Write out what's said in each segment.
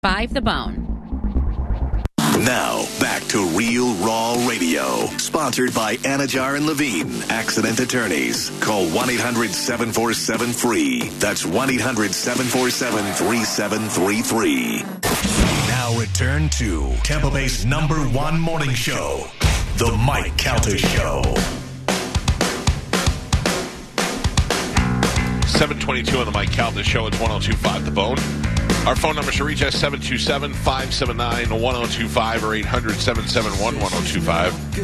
Five the Bone. Now, back to Real Raw Radio, sponsored by Anajar and Levine, accident attorneys. Call 1 800 747 FREE. That's 1 800 747 3733. Now, return to Tampa Bay's number one morning show, The Mike Calter Show. 722 on the Mike Calvin Show. It's 1025 The Bone. Our phone number to reach us 727 579 1025 or 800 771 1025.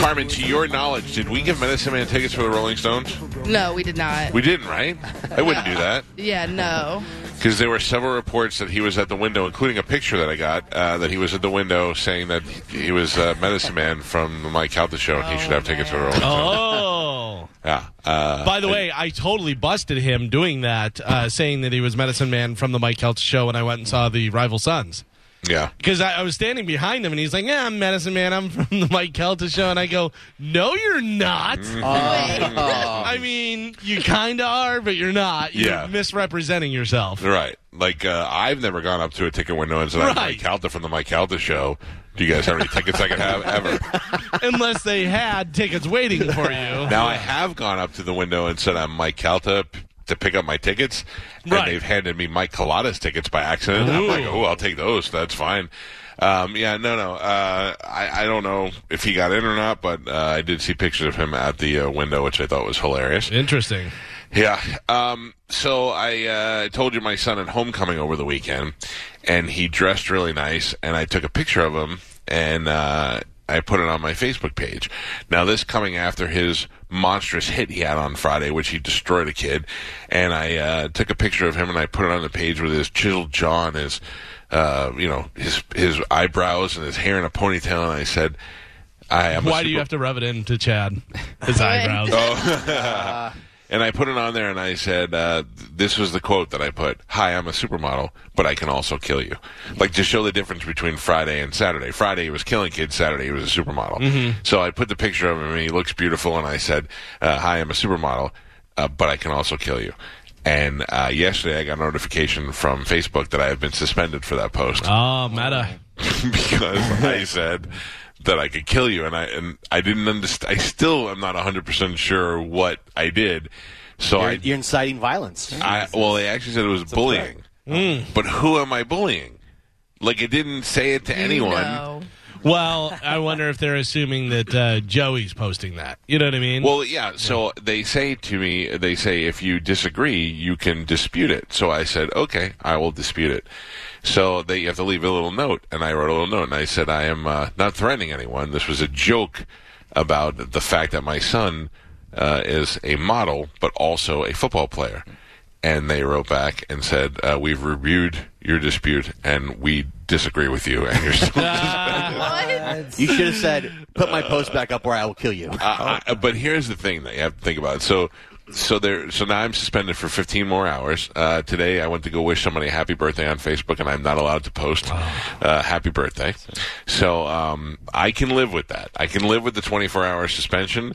Carmen, to your knowledge, did we give Medicine Man tickets for the Rolling Stones? No, we did not. We didn't, right? I wouldn't do that yeah, no. because there were several reports that he was at the window, including a picture that I got uh, that he was at the window saying that he was uh, Medicine Man from the Mike Calvin Show and he should have tickets for the Rolling Stones. Oh. Yeah. Uh, By the way, I totally busted him doing that, uh, saying that he was Medicine Man from the Mike Helt show when I went and saw the Rival Sons. yeah. Because I, I was standing behind him, and he's like, "Yeah, I'm Medicine Man. I'm from the Mike Kelta show." And I go, "No, you're not. Mm-hmm. I mean, you kind of are, but you're not. You're Yeah. misrepresenting yourself. Right. Like, uh, I've never gone up to a ticket window and said, I'm Mike Right. Calta from the Mike Calta show. Do you guys have any tickets I could have ever? Unless they had tickets waiting for you. Now, I have gone up to the window and said, I'm Mike Calta p- to pick up my tickets. And Right. they've handed me Mike Colada's tickets by accident. I'm like, Ooh. oh, I'll take those. That's fine. Um, yeah, no, no. Uh, I, I don't know if he got in or not, but uh, I did see pictures of him at the uh, window, which I thought was hilarious. Interesting. Yeah. Um, so I uh, told you my son at homecoming over the weekend, and he dressed really nice, and I took a picture of him, and uh, I put it on my Facebook page. Now, this coming after his monstrous hit he had on Friday, which he destroyed a kid, and I uh, took a picture of him, and I put it on the page with his chiseled jaw and his, uh, you know, his his eyebrows and his hair in a ponytail, and I said, "I am." a Why do you super- have to rub it in to Chad? His eyebrows. Oh. And I put it on there and I said, uh, th- this was the quote that I put Hi, I'm a supermodel, but I can also kill you. Like to show the difference between Friday and Saturday. Friday he was killing kids, Saturday he was a supermodel. So I put the picture of him and he looks beautiful and I said, uh, Hi, I'm a supermodel, uh, but I can also kill you. And uh, yesterday I got a notification from Facebook that I have been suspended for that post Oh, meta. because I said that I could kill you, and I and I didn't understand. I still am not hundred percent sure what I did. So You're, I, you're inciting violence. I, well, they actually said it was bullying, but who am I bullying? Like it didn't say it to anyone. No. Well, I wonder if they're assuming that uh, Joey's posting that. You know what I mean? Well, yeah. So they say to me, they say if you disagree, you can dispute it. So I said, okay, I will dispute it. So they you have to leave a little note, and I wrote a little note, and I said, I am uh, not threatening anyone. This was a joke about the fact that my son uh, is a model, but also a football player. And they wrote back and said, uh, we've reviewed your dispute, and we disagree with you, and you're still You should have said, "Put my post back up, or I will kill you." I, Oh. I- but here's the thing that you have to think about. So, so there, so now I'm suspended for 15 more hours. Uh, today, I went to go wish somebody a happy birthday on Facebook, and I'm not allowed to post uh, happy birthday. So, um, I can live with that. I can live with the 24 hour suspension.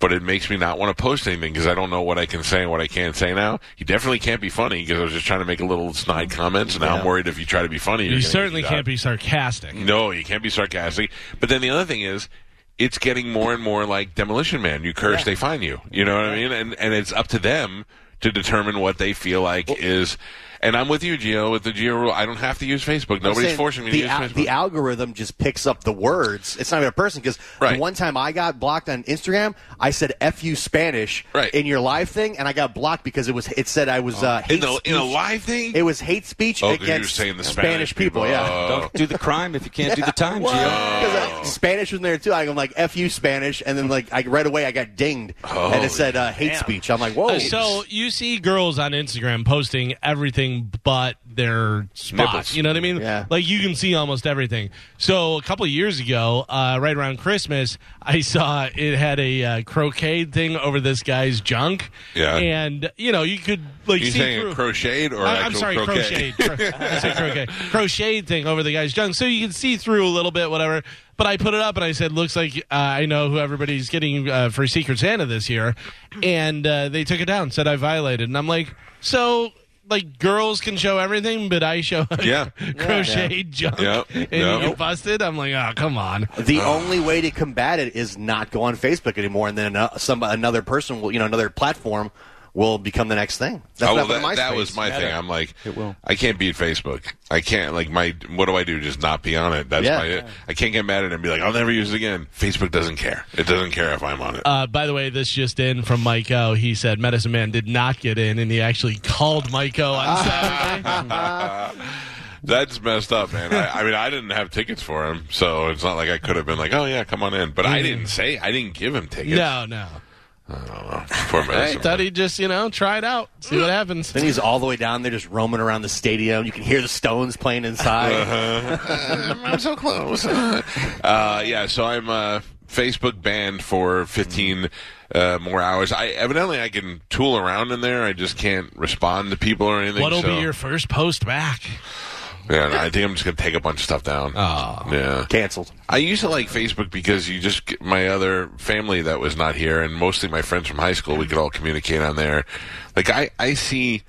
But it makes me not want to post anything because I don't know what I can say and what I can't say now. You definitely can't be funny because I was just trying to make a little snide comments. And now I'm worried if you try to be funny, you're you gonna get certainly beat up. can't be sarcastic. No, you can't be sarcastic. But then the other thing is, it's getting more and more like Demolition Man. You curse, they find you. You know what I mean? And and it's up to them to determine what they feel like is. And I'm with you, Gio, with the Gio rule. I don't have to use Facebook. Nobody's saying forcing me to the use al- Facebook. The algorithm just picks up the words. It's not even a person because Right. the one time I got blocked on Instagram, I said "f you Spanish" Right. Oh. in your live thing, and I got blocked because it was it said I was uh, hate in the in a speech- live thing. It was hate speech Oh, 'cause you were against saying the Spanish Spanish, people. people. Yeah. Oh. Don't do the crime if you can't do the time, Gio. Because Spanish was in there too. I'm like, "f you Spanish," and then like I right away I got dinged, and Holy it said uh, hate speech. I'm like, "Whoa!" So you see girls on Instagram posting everything but their spot. Nipples. You know what I mean? Yeah. Like you can see almost everything. So a couple of years ago, uh, right around Christmas, I saw it had a uh, croquet thing over this guy's junk. Yeah. And you know you could like you see saying through. a crocheted or I- actual I'm sorry, croquet? crocheted. Cro- I said croquet. Crocheted thing over the guy's junk, so you can see through a little bit, whatever. But I put it up and I said, "Looks like uh, I know who everybody's getting uh, for Secret Santa this year," and uh, they took it down, said I violated, and I'm like, "So like girls can show everything, but I show like, Yeah. crochet junk Yep. and Yep. you get busted. I'm like, oh come on. The Ah. only way to combat it is not go on Facebook anymore, and then uh, some another person will, you know, another platform will become the next thing. That's oh, what well, happened that, to that MySpace. was my thing. I'm like, It will. I can't beat Facebook. I can't like my. What do I do? Just not be on it. That's Yeah. my. I can't get mad at it and be like, I'll never use it again. Facebook doesn't care. It doesn't care if I'm on it. Uh, by the way, this just in from Mike O. He said Medicine Man did not get in, and he actually called Mike O on Ah. Saturday. That's messed up, man. I, I mean, I didn't have tickets for him, so it's not like I could have been like, oh yeah, come on in. But I didn't say I didn't give him tickets. no, no. Oh, poor I medicine. thought he'd just, you know, try it out, see what happens. Then he's all the way down there, just roaming around the stadium. You can hear the Stones playing inside. Uh-huh. I'm so close. uh, yeah, so I'm uh, Facebook banned for 15 uh, more hours. I evidently I can tool around in there. I just can't respond to people or anything. What'll so- be your first post back? Yeah, no, I think I'm just gonna take a bunch of stuff down. Oh. Yeah, Cancelled. I used to like Facebook because you just get my other family that was not here, and mostly my friends from high school. We could all communicate on there. Like I, I see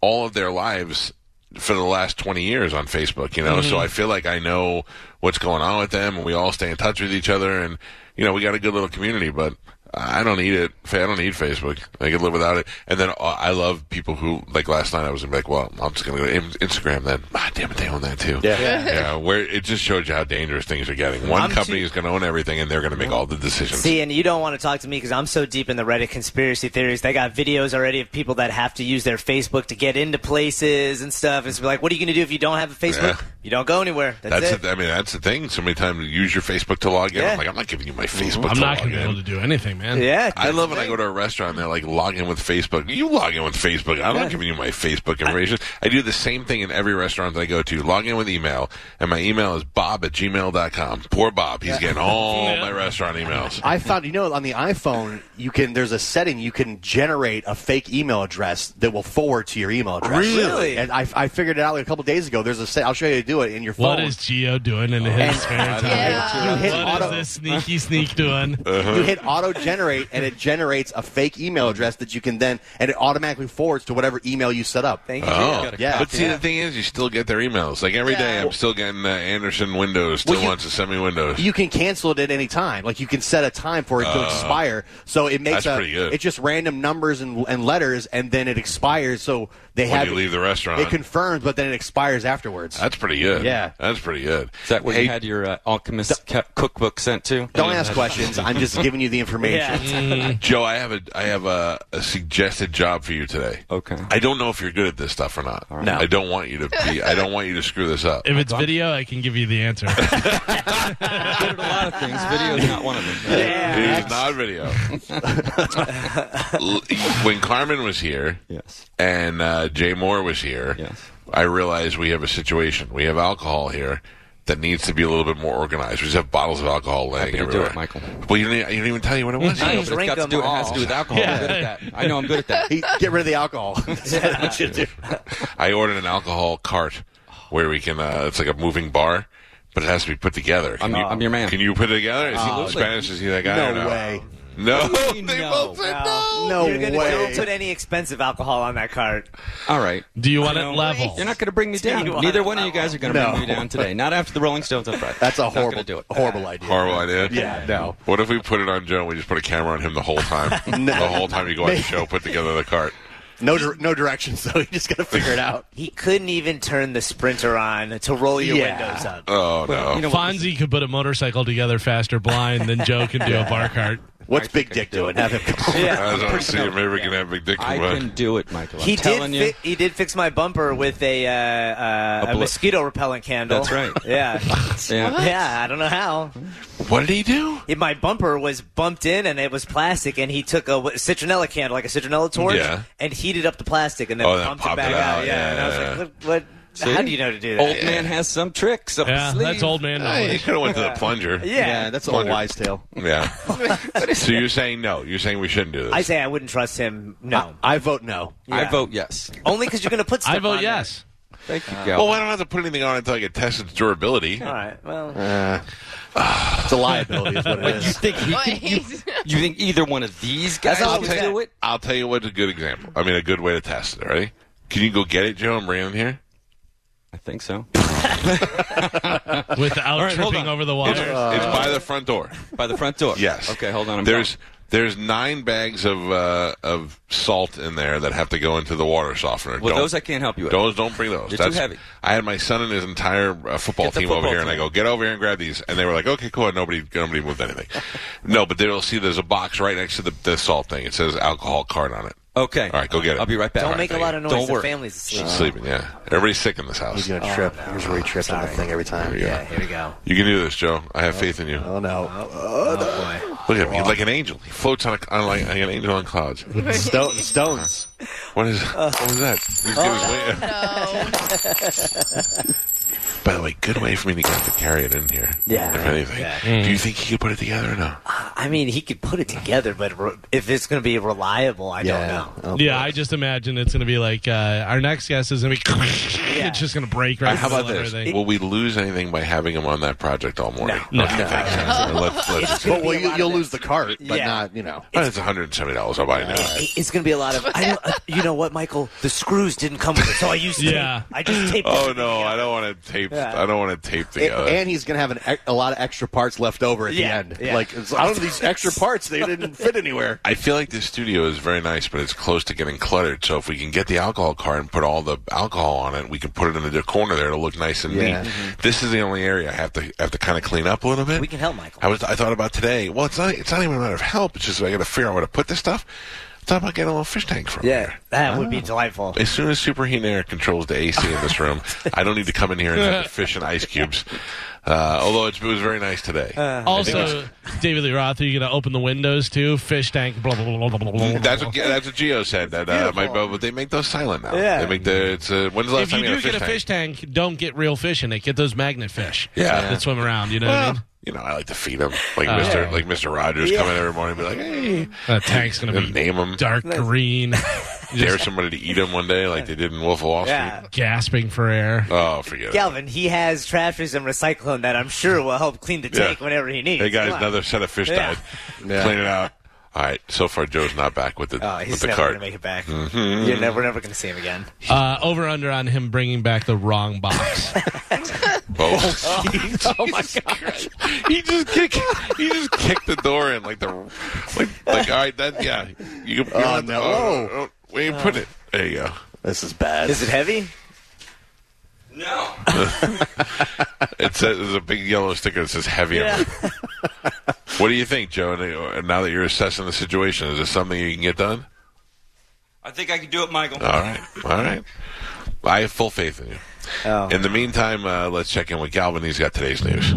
all of their lives for the last 20 years on Facebook, you know, so I feel like I know what's going on with them and we all stay in touch with each other and, you know, we got a good little community, but I don't need it. Fa- I don't need Facebook. I could live without it. And then uh, I love people who, like last night I was gonna be like, well, I'm just going to go to In- Instagram then. Ah, damn it, they own that too. Yeah. yeah. Where it just shows you how dangerous things are getting. One I'm company too- is going to own everything and they're going to make all the decisions. See, and you don't want to talk to me because I'm so deep in the Reddit conspiracy theories. They got videos already of people that have to use their Facebook to get into places and stuff. It's like, what are you going to do if you don't have a Facebook? Yeah. You don't go anywhere. That's, that's it. the- I mean, that's the thing. So many times you use your Facebook to log in. Yeah. I'm like, I'm not giving you my Facebook. I'm to not log going to be in. able to do anything, man. yeah. I love when I go to a restaurant and they're like, log in with Facebook. You log in with Facebook. I'm not giving you my Facebook information. I, do the same thing in every restaurant that I go to. Log in with email. And my email is bob at gmail.com. Poor Bob. He's getting all my restaurant emails. I found, you know, on the iPhone, you can. There's a setting you can generate a fake email address that will forward to your email address. Really? And I, I figured it out like a couple days ago. There's a set. I'll show you how to do it in your phone. What is Geo doing in his spare time? Yeah. you hit What auto, is this sneaky sneak doing? Uh-huh. You hit auto generate, and it generates a fake email address that you can then, and it automatically forwards to whatever email you set up. Thank you. Oh, Yeah. But see, the thing is, you still get their emails. Like every Yeah. day, I'm still getting uh, Anderson Windows still Well, you- wants to send me Windows. You can cancel it at any time. Like you can set a time for it to expire. So it makes Uh, that's a, pretty good. it's just random numbers and, and letters, and then it expires. So they when have you leave the restaurant, it confirms, but then it expires afterwards. that's pretty good. Yeah. that's pretty good. Is that where Hey, you had your uh, alchemist cu- cookbook sent to? Don't ask questions. I'm just giving you the information. Yeah. Hmm. Joe, I have a I have a, a suggested job for you today. Okay. I don't know if you're good at this stuff or not. No. I don't want you to be. I don't want you to screw this up. If it's video, I can give you the answer. I did a lot of things. Video is not one of them. It is not video. L- when Carmen was here Yes. and uh, Jay Moore was here, Yes. I realized we have a situation. We have alcohol here that needs to be a little bit more organized. We just have bottles of alcohol laying Happy to do everywhere. it, Michael. Well, you didn't, you didn't even tell you what it was. Nice. I know, but it's Drink got to them do. It has all. to do with alcohol. I'm good at that. I know. I'm good at that. He- Get rid of the alcohol. That's what you do. I ordered an alcohol cart where we can. Uh, it's like a moving bar, but it has to be put together. Can I'm- you, I'm your man. Uh, Can you put it together? Is he Spanish? Is he that guy? or No way. No, What do they you mean both no? No. said no. No You're gonna- way. Don't put any expensive alcohol on that cart. All right. Do you want it No. level? You're not going to bring me down. You wanna Neither one of know. you guys are going to No. Uh, bring me down today. Not after the Rolling Stones on Friday. That's a Not gonna horrible, do it. horrible idea. Horrible idea. Yeah, no. What if we put it on Joe and we just put a camera on him the whole time? The whole time you go on the show, put together the cart. No, dir- no directions. So you just got to figure it out. He couldn't even turn the sprinter on to roll your Yeah. windows up. Oh no. Well, you know what? Fonzie could put a motorcycle together faster blind than Joe can do a bar cart. What's Big Dick doing? Have him come over. I was going to see if maybe we can have Big Dick I come can on. do it, Michael. I'm He did. telling you. Fi- he did fix my bumper with a uh, uh, a, blo- mosquito repellent candle. That's right. Yeah. Yeah. Yeah. I don't know how. What did he do? It- my bumper was bumped in and it was plastic, and he took a w- citronella candle, like a citronella torch, Yeah. and heated up the plastic and then Oh, then pumped popped it back it out. out, Yeah. yeah, And I was yeah, like, yeah. look, what? See? How do you know to do that? Old man has some tricks up Yeah, his sleeve. that's old man Hey, Oh, he knowledge. could have went to the plunger. Yeah. Yeah, that's a Wonder- wise tale. Yeah. so you're saying no? You're saying we shouldn't do this? I say I wouldn't trust him. No. Oh. I vote no. I Yeah. vote yes. Only because you're going to put stuff I vote on yes. Thank you, well, Gal. I don't have to put anything on until I get tested its durability. There. All right. Well. It's a liability, is what it is. think he You think either one of these guys That's all will I'm saying. do it? I'll tell you what's a good example. I mean, a good way to test it. Ready? Can you go get it, Joe? I'm bringing it here. I think so. without right, hold tripping on. over the It's, wires. it's by the front door. By the front door. Yes. uh, Okay, hold on. I'm there's coming. there's nine bags of uh, of salt in there that have to go into the water softener. Well, Don't- those I can't help you with. Those don't bring those. They're too That's heavy. I had my son and his entire uh, football Get the team over football here, and I team. go, "Get over here and grab these." And they were like, "Okay, cool." And nobody, nobody moved anything. no, but they'll see there's a box right next to the, the salt thing. It says alcohol card on it. Okay. All right, go get it. I'll be right back. All Don't right, make a thank lot you. of noise. Don't the work. family's asleep. She's sleeping. Yeah, everybody's sick in this house. He's gonna trip. Here's where he trips on the thing every time. Yeah. Here we go. You can do this, Joe. I have faith in you. Oh no! Oh Look at him. He's like an angel. He floats on, a, on like, like an angel on clouds. Stone, stones. What is? What was that? He's getting way- No. By the way, good way for me to get to carry it in here. Yeah. If anything, do you think he could put it together or no? boy. I mean, he could put it together, but re- if it's going to be reliable, I don't know. Oh, Yeah, I just imagine it's going to be like uh, our next guest is going to be. It's just going to break right. Uh, How through about this? everything. Will we lose anything by having him on that project all morning? No. Okay, No. thanks. Uh, Let's, let's, But well, you, you'll lose the cart, but Yeah. not you know. it's $170. I'll buy it now. It- It's going to be a lot of. I don't, uh, you know what, Michael? The screws didn't come with it, so I used tape. Yeah. I just taped. Oh, it. no. I don't want to tape. Yeah. I don't want to tape And- together. and he's gonna have an, e- a lot of extra parts left over at Yeah, the end. yeah. Like it's, I don't know these extra parts they didn't fit anywhere. I feel like this studio is very nice, but it's close to getting cluttered. So if we can get the alcohol cart and put all the alcohol on it, we can put it in the corner there to look nice and Yeah. neat. This is the only area I have to have to kind of clean up a little bit. Mm-hmm. We can help Michael. I was I thought about today. Well, it's not it's not even a matter of help. It's just I got to figure out where to put this stuff. I thought about getting a little fish tank from yeah, here. that would be delightful. As soon as Superheat and Air controls the AC in this room, I don't need to come in here and have to fish and ice cubes. Uh, although it's, it was very nice today. Uh, Also, David Lee Roth, are you going to open the windows too? Fish tank, blah, blah, blah, blah, blah, blah. That's what that's what Geo said. That uh, my, but they make those silent now. Yeah. They make the it's uh, when's the last if time you had do get a fish tank, don't get real fish in it. Get those magnet fish. Yeah. That swim around, you know what I mean? Well, you know, I like to feed them like Oh, Mister like Mister Rogers come in every morning and be like, hey, That tank's going to be name them, dark green, dare somebody to eat them one day like they did in Wolf of Wall Street. Yeah. gasping for air. Oh, forget it. Galvin, he has trashers and recycling that I'm sure will help clean the Yeah. tank whenever he needs. Hey guys, Come on. another set of fish Yeah. died. Clean it out. All right. So far, Joe's not back with the Oh, with he's the never cart. Mm-hmm. gonna make it back. You're never, we're never gonna see him again. Uh, over under on him bringing back the wrong box. Oh, my god! He just kicked. He just kicked the door in like the like like. All right, that yeah. You, you Oh, want- no. oh, where you put it? There you go. This is bad. Is it heavy? It says there's a big yellow sticker that says heavy. on it. What do you think, Joe? And Now that you're assessing the situation, is this something you can get done? I think I can do it, Michael. All right, all right. I have full faith in you. Oh. In the meantime, uh, let's check in with Galvin. He's got today's news.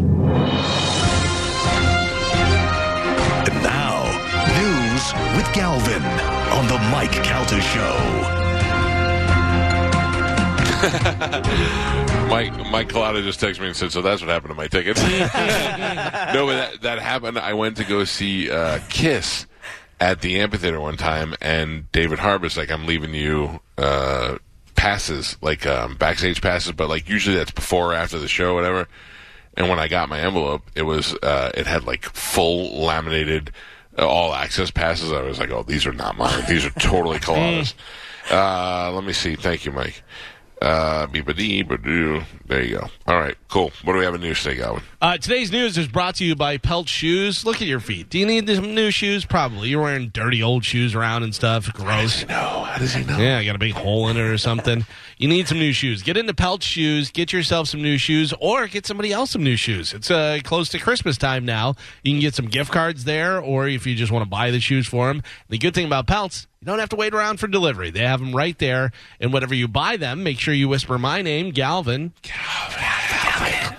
And now, news with Galvin on the Mike Calta Show. Mike Mike Collada just texted me and said, "So that's what happened to my tickets." no, but that, that happened. I went to go see uh, Kiss at the amphitheater one time, and David Harbor's like, "I'm leaving you uh, passes, like um, backstage passes, but like usually that's before or after the show, whatever." And when I got my envelope, it was uh, it had like full laminated uh, all access passes. I was like, "Oh, these are not mine. These are totally Collada's." Uh, let me see. Thank you, Mike. Uh, beep-a-dee, ba-doo. There you go. All right, cool. What do we have in news today, Galvin? Uh, today's news is brought to you by Pelt Shoes. Look at your feet. Do you need some new shoes? Probably. You're wearing dirty old shoes around and stuff. Gross. No, how does he know? Yeah, I got a big hole in it or something. You need some new shoes. Get into Pelt Shoes. Get yourself some new shoes, or get somebody else some new shoes. It's uh, close to Christmas time now. You can get some gift cards there, or if you just want to buy the shoes for them. The good thing about Pelts, you don't have to wait around for delivery. They have them right there, and whatever you buy them, make sure you whisper my name, Galvin.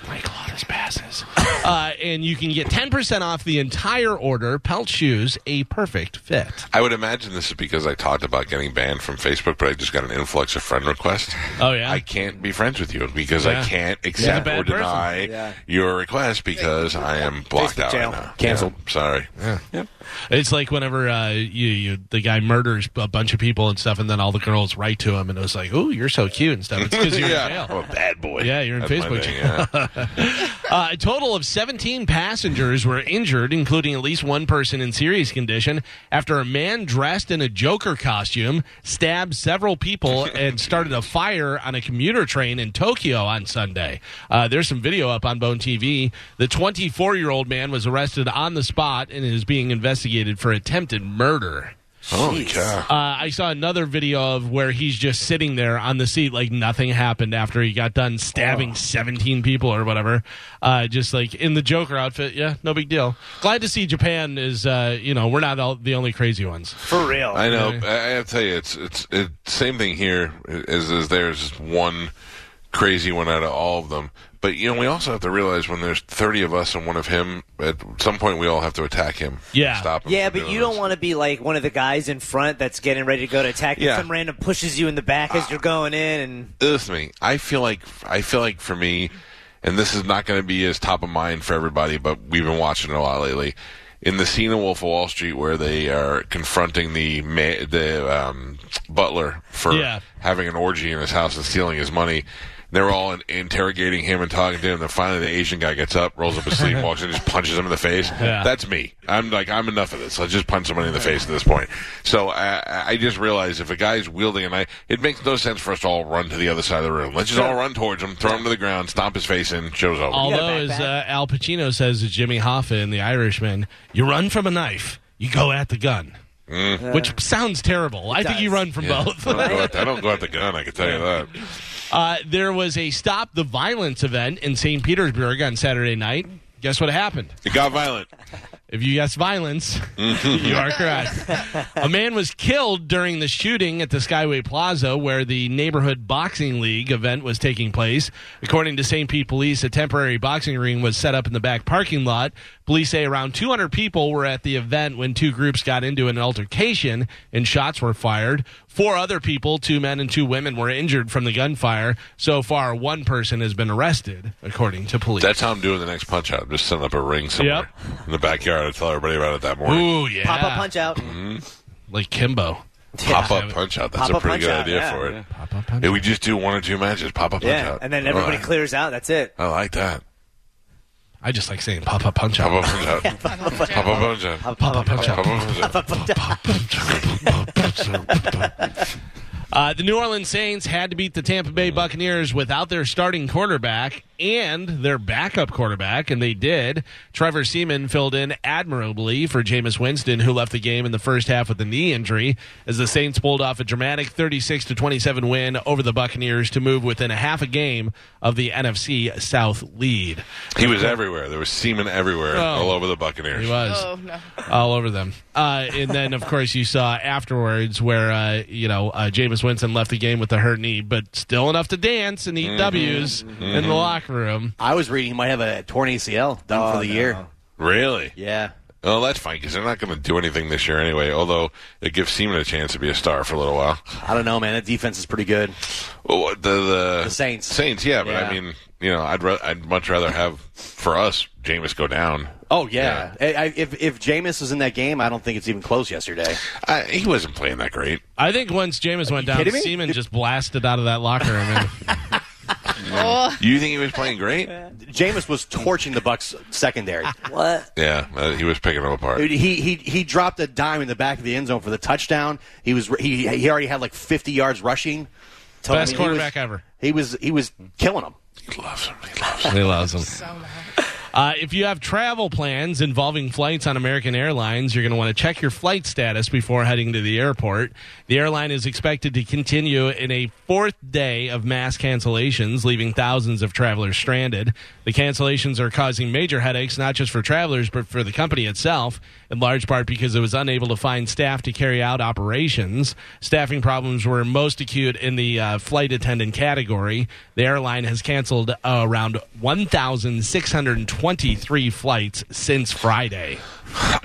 Michael on his passes. uh, and you can get 10% off the entire order. Pelt Shoes, a perfect fit. I would imagine this is because I talked about getting banned from Facebook, but I just got an influx of friend requests. Oh, yeah? I can't be friends with you because I Yeah. can't You're a accept bad or person. deny Yeah. your request because I am blocked Facebook out jail. right now. Canceled. Yeah, sorry. It's like whenever uh, you, you the guy murders a bunch of people and stuff, and then all the girls write to him, and it was like, "Oh, you're so cute" and stuff. It's because you're yeah. in jail. I'm a bad boy. Yeah, you're in That's my Facebook thing, yeah. Uh, a total of 17 passengers were injured, including at least one person in serious condition, after a man dressed in a Joker costume stabbed several people and started a fire on a commuter train in Tokyo on Sunday. Uh, there's some video up on Bone TV. The 24 year old man was arrested on the spot and is being investigated for attempted murder. Holy cow. Uh, I saw another video of where he's just sitting there on the seat like nothing happened after he got done stabbing 17 people or whatever. Uh, just like in the Joker outfit. Yeah, no big deal. Glad to see Japan is, uh, you know, we're not all the only crazy ones. For real. I know. I I have to tell you, it's it's it, same thing here. Is is there's one crazy one out of all of them. But you know, we also have to realize when there's 30 of us and one of him. At some point, we all have to attack him. Yeah. Stop him. yeah, from but doing you don't this. want to be like one of the guys in front that's getting ready to go to attack. and Yeah. Some random pushes you in the back as you're going in, and Listen to me. I feel like I feel like for me, and this is not going to be as top of mind for everybody, but we've been watching it a lot lately. In the scene of Wolf of Wall Street, where they are confronting the ma- the um, butler for Yeah. having an orgy in his house and stealing his money, they're all in- interrogating him and talking to him. Then finally, the Asian guy gets up, rolls up his sleeve, walks in, just punches him in the face. Yeah. That's me. I'm like, I'm enough of this. Let's just punch somebody in the face at this point. So I, I just realized if a guy's wielding a knife, it makes no sense for us to all run to the other side of the room. Let's just all run towards him, throw him to the ground, stomp his face in, show's over. Although, as uh, Al Pacino says to Jimmy Hoffa in The Irishman, you run from a knife, you go at the gun. Which sounds terrible. I think you run from Yeah. both. I don't, go at the, I don't go at the gun, I can tell you that. Uh, there was a Stop the Violence event in St. Petersburg on Saturday night. Guess what happened? It got violent. If you guess violence, you are correct. A man was killed during the shooting at the Skyway Plaza where the neighborhood boxing league event was taking place. According to St. Pete police, a temporary boxing ring was set up in the back parking lot. Police say around 200 people were at the event when two groups got into an altercation and shots were fired. Four other people, two men and two women, were injured from the gunfire. So far, one person has been arrested, according to police. That's how I'm doing the next punch out. I'm just setting up a ring somewhere in the backyard. I tell everybody about it that morning. Ooh, yeah. pop up, punch out. Like Kimbo. Mm-hmm. Pop up punch out. That's Pop a up, pretty punch good out, idea yeah. for it. Pop up punch Yeah, we just do one or two matches. Pop up punch Yeah, out. and then everybody All right. clears out. That's it. I like that. I just like saying pop up punch Pop out. up punch out. Pop up punch out. Pop up punch Pop out. up punch out. Uh, the New Orleans Saints had to beat the Tampa Bay Buccaneers without their starting quarterback and their backup quarterback, and they did. Trevor Seaman filled in admirably for Jameis Winston, who left the game in the first half with a knee injury, as the Saints pulled off a dramatic 36 to 27 win over the Buccaneers to move within a half a game of the NFC South lead. He was everywhere. There was semen everywhere, Oh. all over the Buccaneers. He was. Oh no. all over them. Uh, and then, of course, you saw afterwards where uh, you know uh, Jameis Winston left the game with a hurt knee, but still enough to dance and eat Mm-hmm. W's in the locker room. I was reading he might have a torn ACL done for the year. Really? Yeah. Oh, that's fine because they're not going to do anything this year anyway. Although it gives Seaman a chance to be a star for a little while. I don't know, man. That defense is pretty good. Oh, the, the The Saints. Saints, yeah. But I Yeah. mean, you know, I'd ra- I'd much rather have for us Jameis go down. Oh yeah. I, I, if if Jameis was in that game, I don't think it's even close yesterday. I, he wasn't playing that great. I think once Jameis went down, kidding me? Seaman just blasted out of that locker room. And Oh, You think he was playing great? Jameis was torching the Bucks secondary. What? yeah, uh, he was picking them apart. Dude, he he he dropped a dime in the back of the end zone for the touchdown. He was he he already had like 50 yards rushing. Tell Best me, he quarterback was- ever. He was he was killing them. He loves him. He loves him. They loves him. so mad. Uh, if you have travel plans involving flights on American Airlines, you're going to want to check your flight status before heading to the airport. The airline is expected to continue in a fourth day of mass cancellations, leaving thousands of travelers stranded. The cancellations are causing major headaches, not just for travelers, but for the company itself, in large part because it was unable to find staff to carry out operations. Staffing problems were most acute in the uh, flight attendant category. The airline has canceled uh, around 1,623 flights since Friday.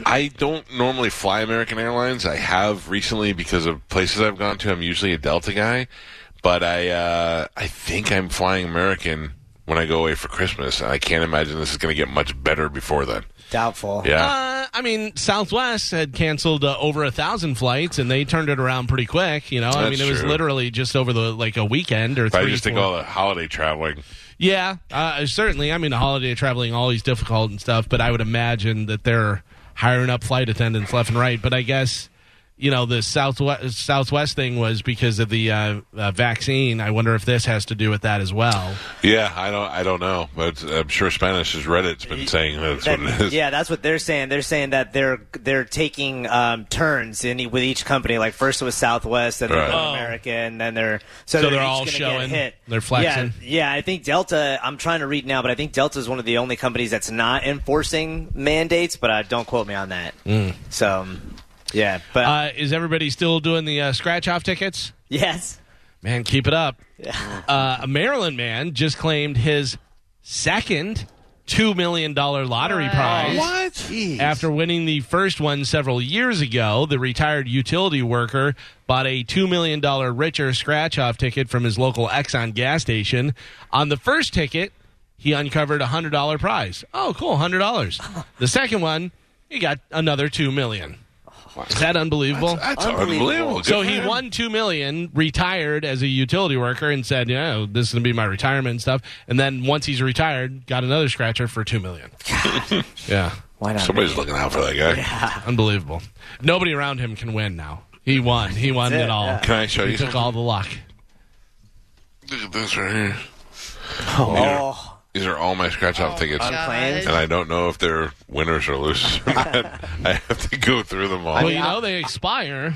I don't normally fly American Airlines. I have recently because of places I've gone to. I'm usually a Delta guy, but I uh, I think I'm flying American when I go away for Christmas, and I can't imagine this is going to get much better before then. Doubtful. Yeah. Uh, I mean, Southwest had canceled uh, over a thousand flights, and they turned it around pretty quick. You know, I That's mean, it was true. literally just over the like a weekend or But three. I just think four- all the holiday traveling. Yeah, uh, certainly. I mean, the holiday traveling always difficult and stuff, but I would imagine that they're hiring up flight attendants left and right. But I guess you know the Southwest Southwest thing was because of the uh, uh, vaccine. I wonder if this has to do with that as well. Yeah, I don't, I don't know, but I'm sure Spanish is Reddit's been saying that's what it is. Yeah, that's what they're saying. They're saying that they're they're taking um, turns in with each company. Like first it was Southwest, then Right. they're Oh. America, and then they're so, So they're each all gonna get showing. hit. They're flexing. Yeah, yeah, I think Delta. I'm trying to read now, but I think Delta is one of the only companies that's not enforcing mandates. But uh, don't quote me on that. Mm. So, yeah, but Uh, is everybody still doing the uh, scratch off tickets? yes. Man, keep it up. Uh, a Maryland man just claimed his second $2 million lottery prize. What? After winning the first one several years ago, the retired utility worker bought a $2 million richer scratch off ticket from his local Exxon gas station. On the first ticket, he uncovered a $100 prize. Oh, cool, $100. The second one, he got another $2 million. Is that unbelievable? That's unbelievable. Good So for he him. won two million, retired as a utility worker, and said, "Yeah, this is gonna be my retirement and stuff." And then once he's retired, got another scratcher for two million. yeah, Why not? Somebody's looking out for that guy. unbelievable. Nobody around him can win now. He won. He won That's it, it, all. yeah. Can I show He you? took something? all the luck. Look at this right here. These, are, Oh, these are all my scratch Oh, off tickets. I'm playing. And I don't know if they're winners or losers or not. I have to go through them all. Well, you know they expire.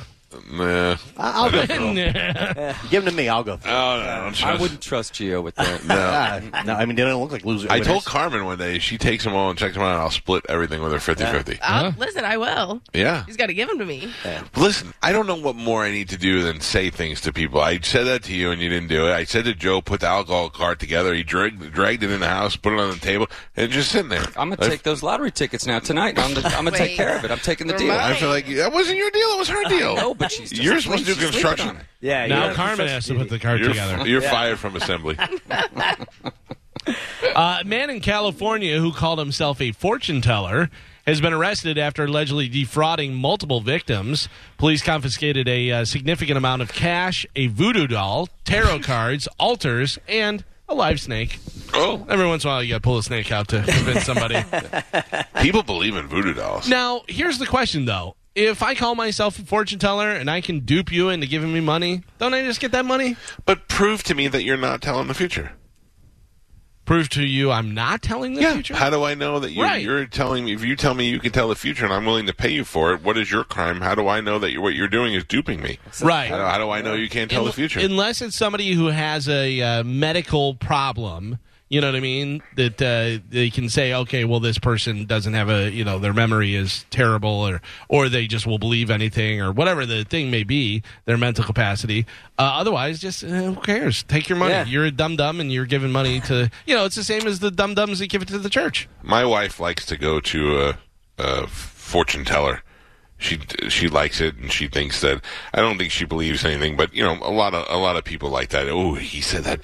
Nah. I'll go. yeah, Give them to me. I'll go. Oh, no, I don't I trust- wouldn't trust Gio with that. Uh, no, I mean they don't look like losers. I told Carmen one day she takes them all and checks them out, and I'll split everything with her 50 50. I'll, Listen, I will. Yeah. He's got to give them to me. Listen, I don't know what more I need to do than say things to people. I said that to you and you didn't do it. I said to Joe, put the alcohol cart together. He dragged, dragged it in the house, put it on the table, and it's just sitting there. I'm gonna take those lottery tickets now tonight. I'm, gonna- I'm gonna Wait. take care of it. I'm taking the They're deal. mine. I feel like that wasn't your deal. It was her deal. No, but she's just You're supposed to do she's sleeping construction. on it. yeah. now yeah. Carmen has to put the card You're, together. you're fired from assembly. Uh, a man in California who called himself a fortune teller has been arrested after allegedly defrauding multiple victims. Police confiscated a uh, significant amount of cash, a voodoo doll, tarot cards, altars, and a live snake. oh, Every once in a while, you got to pull a snake out to convince somebody. people believe in voodoo dolls. now, here's the question, though. If I call myself a fortune teller and I can dupe you into giving me money, don't I just get that money? But prove to me that you're not telling the future. Prove to you I'm not telling the future. How do I know that you, Right. you're telling me? If you tell me you can tell the future and I'm willing to pay you for it, what is your crime? How do I know that you're, what you're doing is duping me? right. How do, how do I know you can't tell the future? Unless it's somebody who has a uh, medical problem, you know what I mean? That uh, they can say, okay, well, this person doesn't have a, you know, their memory is terrible, or or they just will believe anything, or whatever the thing may be, their mental capacity. Uh, otherwise, just uh, who cares? Take your money. Yeah. You're a dum dum, and you're giving money to, you know, it's the same as the dum dums that give it to the church. My wife likes to go to a, a fortune teller. She she likes it, and she thinks that I don't think she believes anything. But you know, a lot of a lot of people like that. Oh, he said that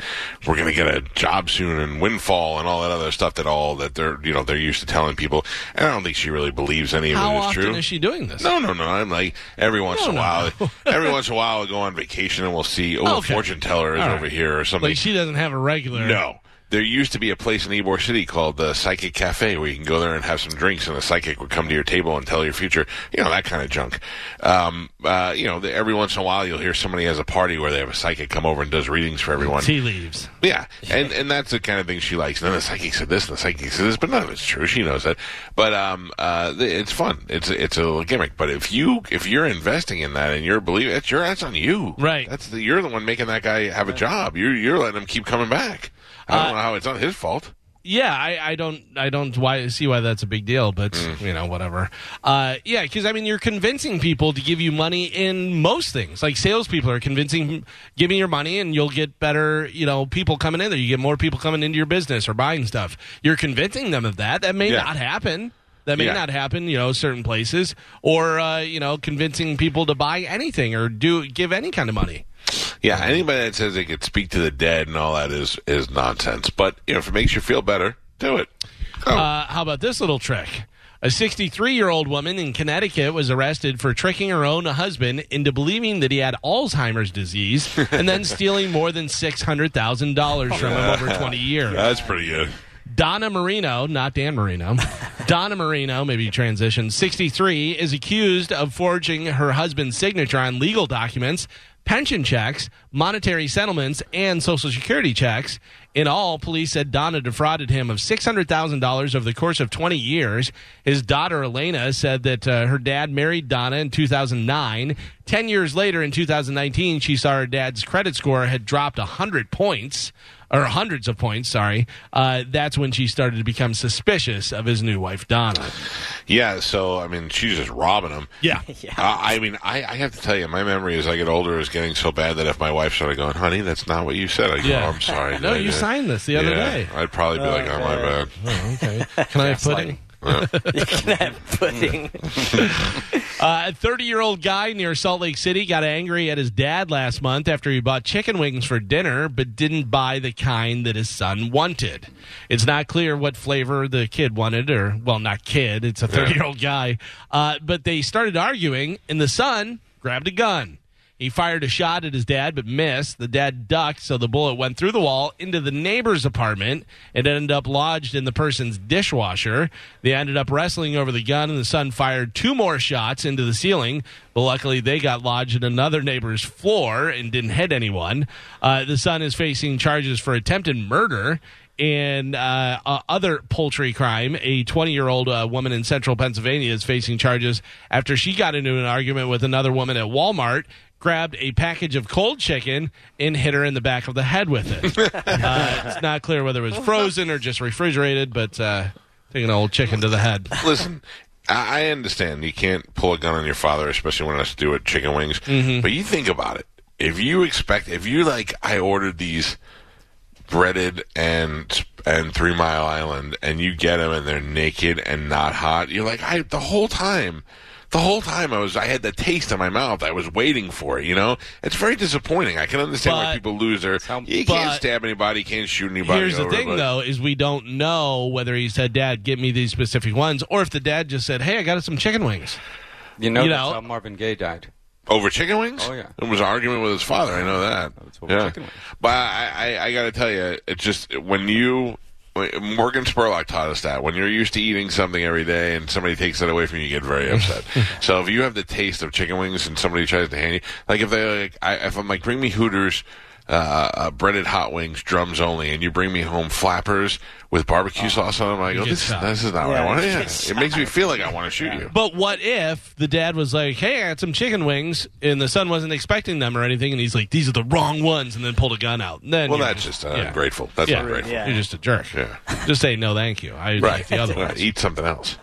we're going to get a job soon, and windfall, and all that other stuff that all that they're you know they're used to telling people. And I don't think she really believes any of How it is often true. is she doing this? No, no, no. I'm like every once in a no, while. every once in a while, I'll go on vacation and we'll see. Oh, Okay. a fortune teller is All right. over here or something. Like she doesn't have a regular. no. There used to be a place in Ybor City called the Psychic Cafe where you can go there and have some drinks, and a psychic would come to your table and tell your future, you know, that kind of junk. Um, uh, you know, the, every once in a while you'll hear somebody has a party where they have a psychic come over and does readings for everyone. Tea leaves. Yeah, and and that's the kind of thing she likes. And then the psychic said this, and the psychic said this, but none of it's true. She knows that. But um, uh, th- it's fun. It's it's a little gimmick. But if you if you're investing in that and you're believing, that's your that's on you. Right. That's the, you're the one making that guy have a job. You're you're letting him keep coming back. I don't know how it's not his fault. Yeah, I, I don't I don't why see why that's a big deal, but Mm. you know whatever. Uh, yeah, because I mean you're convincing people to give you money in most things. Like salespeople are convincing, give me your money and you'll get better. You know, people coming in there, you get more people coming into your business or buying stuff. You're convincing them of that. That may Yeah. not happen. That may Yeah. not happen. You know, certain places or uh, you know convincing people to buy anything or do give any kind of money. Yeah, anybody that says they could speak to the dead and all that is is nonsense. But you know, if it makes you feel better, do it. Oh, Uh, how about this little trick? A 63 year old woman in Connecticut was arrested for tricking her own husband into believing that he had Alzheimer's disease and then stealing more than $600,000 from him over 20 years. That's pretty good. Donna Marino, not Dan Marino, Donna Marino, maybe you transition, 63, is accused of forging her husband's signature on legal documents, pension checks, monetary settlements, and Social Security checks. In all, police said Donna defrauded him of $600,000 over the course of 20 years. His daughter, Elena, said that uh, her dad married Donna in 2009. Ten years later, in 2019, she saw her dad's credit score had dropped 100 points or hundreds of points, sorry, uh, that's when she started to become suspicious of his new wife, Donna. Yeah, so I mean, she's just robbing him. Yeah. Uh, I mean, I, I have to tell you, my memory as I get older is getting so bad that if my wife started going, "Honey, that's not what you said," I go, Yeah. "Oh, "I'm sorry." No, I you did." signed this the other Yeah, day. I'd probably be like, "Oh my bad." okay. Can I have pudding? Can I have pudding? Uh, a 30 year old guy near Salt Lake City got angry at his dad last month after he bought chicken wings for dinner but didn't buy the kind that his son wanted. It's not clear what flavor the kid wanted, or, well, not kid, it's a 30 year old guy. Uh, but they started arguing, and the son grabbed a gun. He fired a shot at his dad but missed. The dad ducked, so the bullet went through the wall into the neighbor's apartment. It ended up lodged in the person's dishwasher. They ended up wrestling over the gun, and the son fired two more shots into the ceiling. But luckily, they got lodged in another neighbor's floor and didn't hit anyone. Uh, the son is facing charges for attempted murder in uh, uh, other poultry crime, a 20 year old uh, woman in central Pennsylvania is facing charges after she got into an argument with another woman at Walmart, grabbed a package of cold chicken, and hit her in the back of the head with it. uh, it's not clear whether it was frozen or just refrigerated, but uh, taking an old chicken to the head. Listen, I, I understand you can't pull a gun on your father, especially when it has to do with chicken wings. Mm-hmm. But you think about it. If you expect, if you like, I ordered these breaded and and Three Mile Island, and you get them and they're naked and not hot. You're like, I the whole time. The whole time I was, I had the taste in my mouth. I was waiting for it. You know, it's very disappointing. I can understand But- why people lose their. You but- can't stab anybody. You can't shoot anybody. Here's the over, thing, but- though, is we don't know whether he said, "Dad, get me these specific ones," or if the dad just said, "Hey, I got us some chicken wings." You know, You that's know. how Marvin Gaye died. Over chicken wings? Oh, yeah. It was an argument with his father. I know that. over yeah. chicken wings. But I, I, I got to tell you, it just when you Morgan Spurlock taught us that when you're used to eating something every day and somebody takes that away from you, you get very upset. so if you have the taste of chicken wings and somebody tries to hand you, like if they, like, I, if I'm like, bring me Hooters. Uh, uh, breaded hot wings, drums only, and you bring me home flappers with Oh, barbecue sauce on them. I go, get this, shot. this is not what Yeah, I want. you Yeah. get It makes me feel like I want to shoot you. But what if the dad was like, "Hey, I had some chicken wings," and the son wasn't expecting them or anything, and he's like, "These are the wrong ones," and then pulled a gun out? Then Well, you're that's just uh, yeah. ungrateful. That's Yeah. ungrateful. Yeah. You're just a jerk. Yeah. Just say no, thank you. I like the other Right, ones. Eat something else.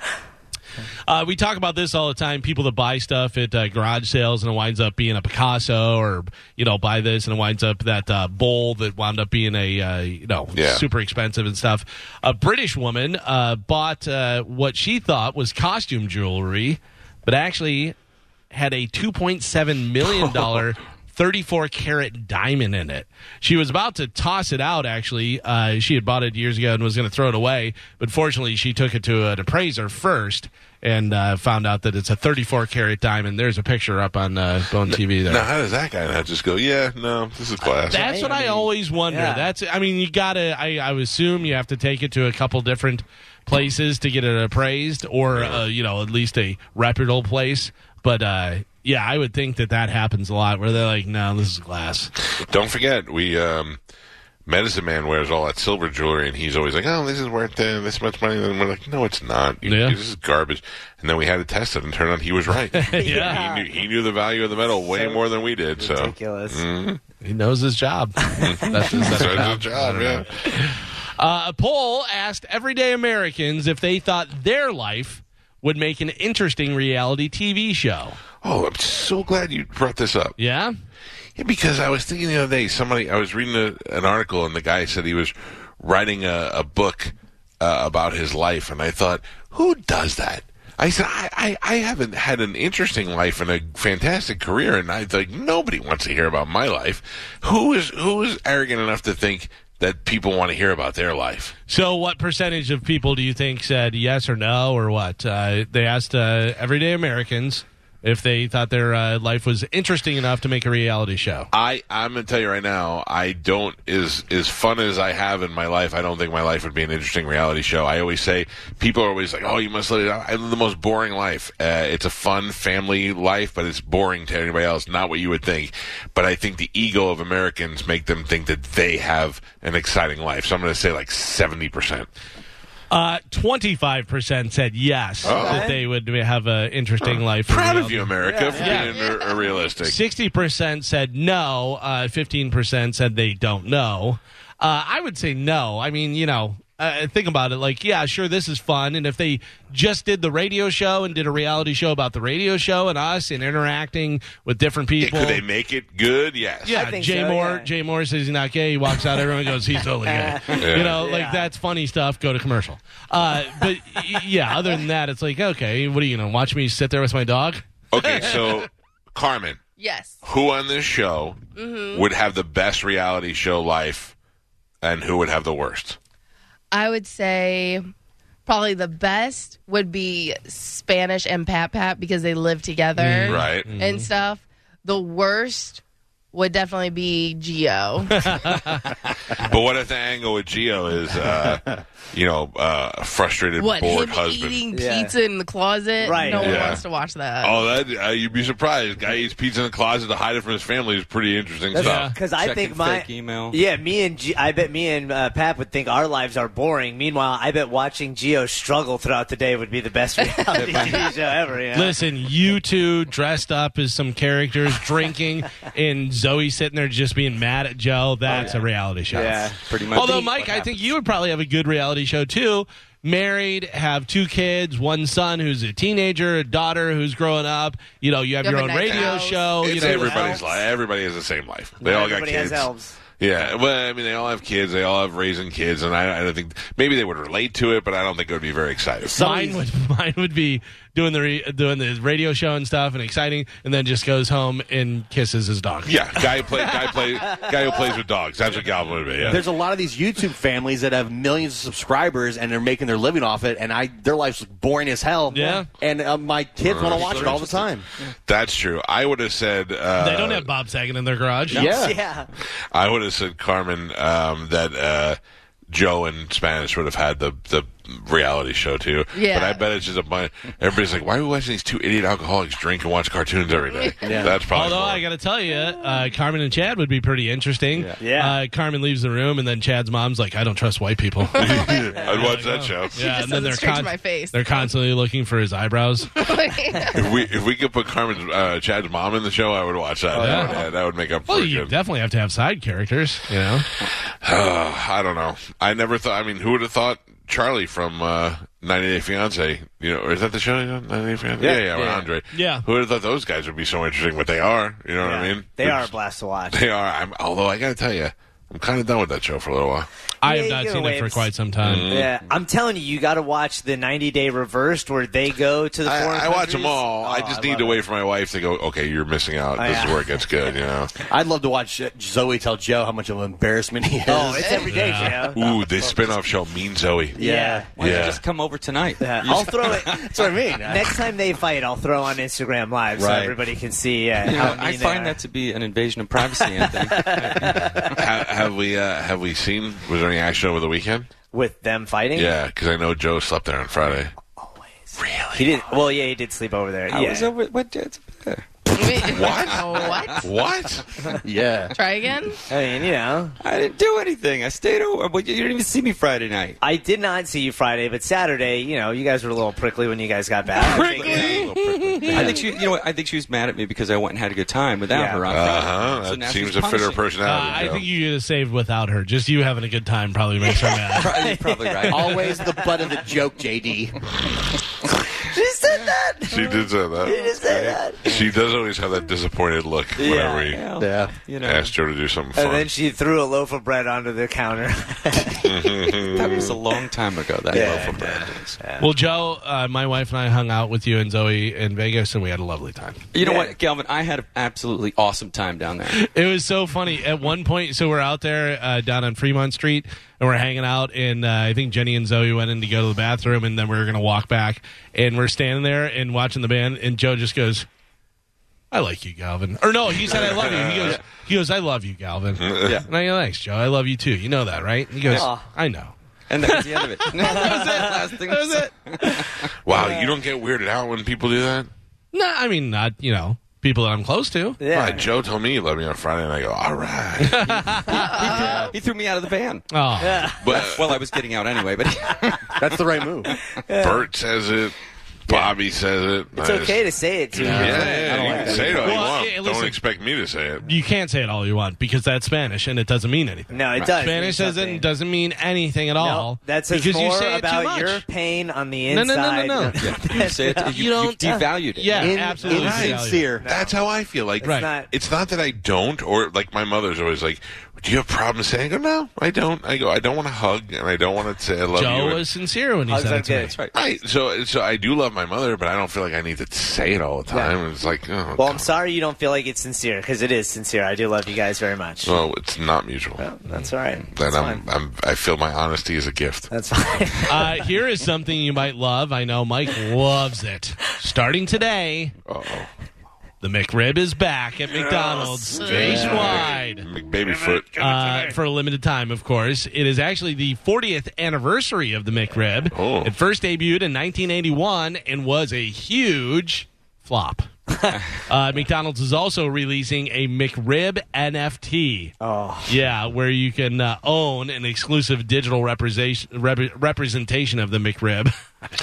Uh, we talk about this all the time. People that buy stuff at uh, garage sales and it winds up being a Picasso, or you know, buy this and it winds up that uh, bowl that wound up being a uh, you know Yeah. super expensive and stuff. A British woman uh, bought uh, what she thought was costume jewelry, but actually had a two point seven million dollar. 34 carat diamond in it. She was about to toss it out, actually. Uh, she had bought it years ago and was going to throw it away. But fortunately, she took it to an appraiser first and uh, found out that it's a 34 carat diamond. There's a picture up on uh, Bone TV there. Now, how does that guy not just go, yeah, no, this is glass? That's what I always wonder. yeah. That's I mean, you gotta. I, I would assume you have to take it to a couple different places to get it appraised, or uh, you know, at least a reputable place. But uh, yeah, I would think that that happens a lot, where they're like, "No, this is glass." Don't forget, we, um, Medicine Man wears all that silver jewelry, and he's always like, oh, this is worth uh, this much money. And we're like, no, it's not. You- Yeah. This is garbage. And then we had to test it, and turned out he was right. Yeah. He, knew, he knew the value of the metal way So more than we did. So. mm. Ridiculous. He knows his job. That's his, So that's it's his job, yeah. Uh, a poll asked everyday Americans if they thought their life would make an interesting reality TV show. Oh, I'm so glad you brought this up. Yeah. Yeah, because I was thinking the other day, somebody I was reading a, an article and the guy said he was writing a, a book uh, about his life, and I thought, who does that? I said, I, I, I haven't had an interesting life and a fantastic career, and I like nobody wants to hear about my life. Who is who is arrogant enough to think that people want to hear about their life. So, what percentage of people do you think said yes or no, or what? Uh, they asked uh, everyday Americans if they thought their uh, life was interesting enough to make a reality show. I I'm gonna tell you right now, I don't as as fun as I have in my life. I don't think my life would be an interesting reality show. I always say people are always like, "Oh, you must let it." out." I live the most boring life. Uh, it's a fun family life, but it's boring to anybody else. Not what you would think. But I think the ego of Americans make them think that they have an exciting life. So I'm gonna say like seventy percent. Uh, Twenty-five percent said yes Oh. that they would have an interesting life. Proud of you, America, for Yeah. being r- realistic. Sixty percent said no. uh, Fifteen percent said they don't know. Uh, I would say no. I mean, you know, uh, think about it. Like, yeah, sure, this is fun. And if they just did the radio show and did a reality show about the radio show and us and interacting with different Yeah, people, could they make it good? Yes. yeah, Jay Moore. Jay Moore says he's not gay. He walks out. Everyone goes, he's totally gay. You know, like that's funny stuff. Go to commercial. Uh, but y- yeah, other than that, it's like, okay, what are you gonna watch me sit there with my dog? Okay, so Carmen. Yes. who on this show Mm-hmm. would have the best reality show life and who would have the worst? I would say probably the best would be Spanish and Pat Pat because they live together Right. and stuff. The worst would definitely be Geo. But what if the angle with Geo is, uh, you know, uh, frustrated, what bored him husband? eating pizza in the closet? Right. No one Yeah. wants to watch that. Oh, that uh, you'd be surprised. Guy eats pizza in the closet to hide it from his family is pretty interesting stuff. Because I Checking think my fake email. yeah, me and G- I bet me and uh, Pap would think our lives are boring. Meanwhile, I bet watching Geo struggle throughout the day would be the best reality TV show ever. You know? Listen, you two dressed up as some characters drinking, and Zoe sitting there just being mad at Oh, Joe. That's a reality show. Yeah. Pretty much. Although, Mike, I think you would probably have a good reality show too. Married, have two kids, one son who's a teenager, a daughter who's growing up. You know, you have You your have a own nice radio house. Oh, show. you it's know, everybody's life. Everybody has the same life. They all got Everybody kids. has elves. Yeah, well, I mean, they all have kids. They all have raising kids, and I, I don't think maybe they would relate to it, but I don't think it would be very exciting. mine would mine would be doing the re, doing the radio show and stuff and exciting, and then just goes home and kisses his dog. Yeah, guy who play, guy play, guy who plays with dogs. That's what Galvin would be. Yeah. There's a lot of these YouTube families that have millions of subscribers and they're making their living off it, and I their life's boring as hell. Yeah. and uh, my kids want to watch it all the time. That's true. I would have said uh, They don't have Bob Saget in their garage. Yeah. Yeah. I would have said Carmen um, that uh, Joe and Spanish would have had the the reality show too. Yeah. But I bet it's just a bunch. Everybody's like, why are we watching these two idiot alcoholics drink and watch cartoons every day? That's probably. Although more. I got to tell you, uh, Carmen and Chad would be pretty interesting. Yeah. Yeah. Uh, Carmen leaves the room, and then Chad's mom's like, "I don't trust white people." I'd watch that show. She just says it straight to my face. They're constantly looking for his eyebrows. If we if we could put Carmen's uh, Chad's mom in the show, I would watch that. Oh, yeah. That, would, that would make up for well, it. you good. definitely have to have side characters. You know, Uh, I don't know. I never thought. I mean, who would have thought Charlie from uh, 90 Day Fiance? You know, or is that the show? he's on, 90 Day Fiance. Yeah, yeah, with Andre. Yeah. Who would have thought those guys would be so interesting? But they are. You know what I mean? They are a It's- blast to watch. They are. I'm, although I got to tell you, I'm kind of done with that show for a little while. I Yeah, have you not get seen away it for with- quite some time. Mm, Mm-hmm. Yeah, I'm telling you, you got to watch the 90 Day Reversed, where they go to the foreign I, I watch them countries. all. I Oh, just I need love to it. wait for my wife to go. Okay, you're missing out. this is yeah. where it gets good. You know. I'd love to watch uh, Zoe tell Joe how much of an embarrassment he is. Oh, it's every day, Joe. Ooh, this spin-off show, Mean Zoe. Yeah. Why don't Yeah. you just come over tonight? Yeah, You I'll just- throw it. That's what I mean. Next time they fight, I'll throw on Instagram Live so Right. everybody can see. Uh, you know, how mean I they find are. that to be an invasion of privacy, Anthony. have, have we uh, have we seen? Was there any action over the weekend? with them fighting. Yeah, because I know Joe slept there on Friday. He did. Well, yeah, he did sleep over there. I yeah. was over, what, it's- what? What? What? yeah. Try again? I mean, you know, I didn't do anything. I stayed over. But you didn't even see me Friday night. I did not see you Friday, but Saturday, you know, you guys were a little prickly when you guys got back. I think she, you know, what? I think she was mad at me because I went and had a good time without Yeah. her. On Uh Friday. huh. That now she's seems a fitter Uh, punishing. personality. I Joe. think you get have saved without her. Just you having a good time probably makes her mad. Probably, you're probably right. Always the butt of the joke, JD. She said that. She did say that. She did say that. She does always have that disappointed look Yeah, whenever yeah. we Yeah. You know. asked her to do something And fun. then she threw a loaf of bread onto the counter. that was a long time ago. That Yeah, loaf of bread. Well, Joe, uh, my wife and I hung out with you and Zoe in Vegas, and we had a lovely time. You know what, Calvin? I had an absolutely awesome time down there. It was so funny. At one point, so we're out there uh, down on Fremont Street, and we're hanging out. And uh, I think Jenny and Zoe went in to go to the bathroom, and then we were going to walk back. And we're standing there and watching the band, and Joe just goes, "I like you, Galvin." Or no, he said, "I love you." He goes, "He goes, I love you, Galvin." Yeah. And I go, "Thanks, Joe. I love you too. You know that, right?" He goes, Aw. "I know." And that was the end of it. that was it. Last thing That was it. wow, you don't get weirded out when people do that? No, I mean not you know people that I'm close to. Why, Joe told me he loved me on Friday, and I go, all right. He threw me out of the van. Oh. But Well, I was getting out anyway, but That's the right move. Bert says it. Bobby says it. It's okay to say it to Yeah, her. yeah, yeah, you can say it all you Well, want. hey, don't listen. expect me to say it. You can't say it all you want because that's Spanish and it doesn't mean anything. No, it does. Spanish mean doesn't something. doesn't mean anything at all. No, that says because more you say it too about much. your pain on the No, no, no, no, inside. no. you said it, you, You you don't- devalued it. yeah, In, absolutely. insincere. That's how I feel. Like, Right. not- it's not that I don't, or like my mother's always like, "Do you have problems saying?" I go, "No, I don't." I go, "I don't want to hug, and I don't want to say I love you." Joe and- was sincere when he Hugs said are it to me. good. That's right. Right. So, so I do love my mother, but I don't feel like I need to say it all the time. It's like, oh, Well, I'm sorry you don't feel like it's sincere because it is sincere. I do love you guys very much. Well, it's not mutual. Well, that's all right. then That's I'm, fine. I'm, I feel my honesty is a gift. That's fine. Uh, here is something you might love. I know Mike loves it. Starting today, Uh-oh. the McRib is back at McDonald's nationwide. McBabyfoot. uh, for a limited time, of course. It is actually the 40th anniversary of the McRib. Oh. It first debuted in 1981 and was a huge flop. uh, McDonald's is also releasing a McRib NFT. Oh. Yeah, where you can uh, own an exclusive digital representation rep- representation of the McRib.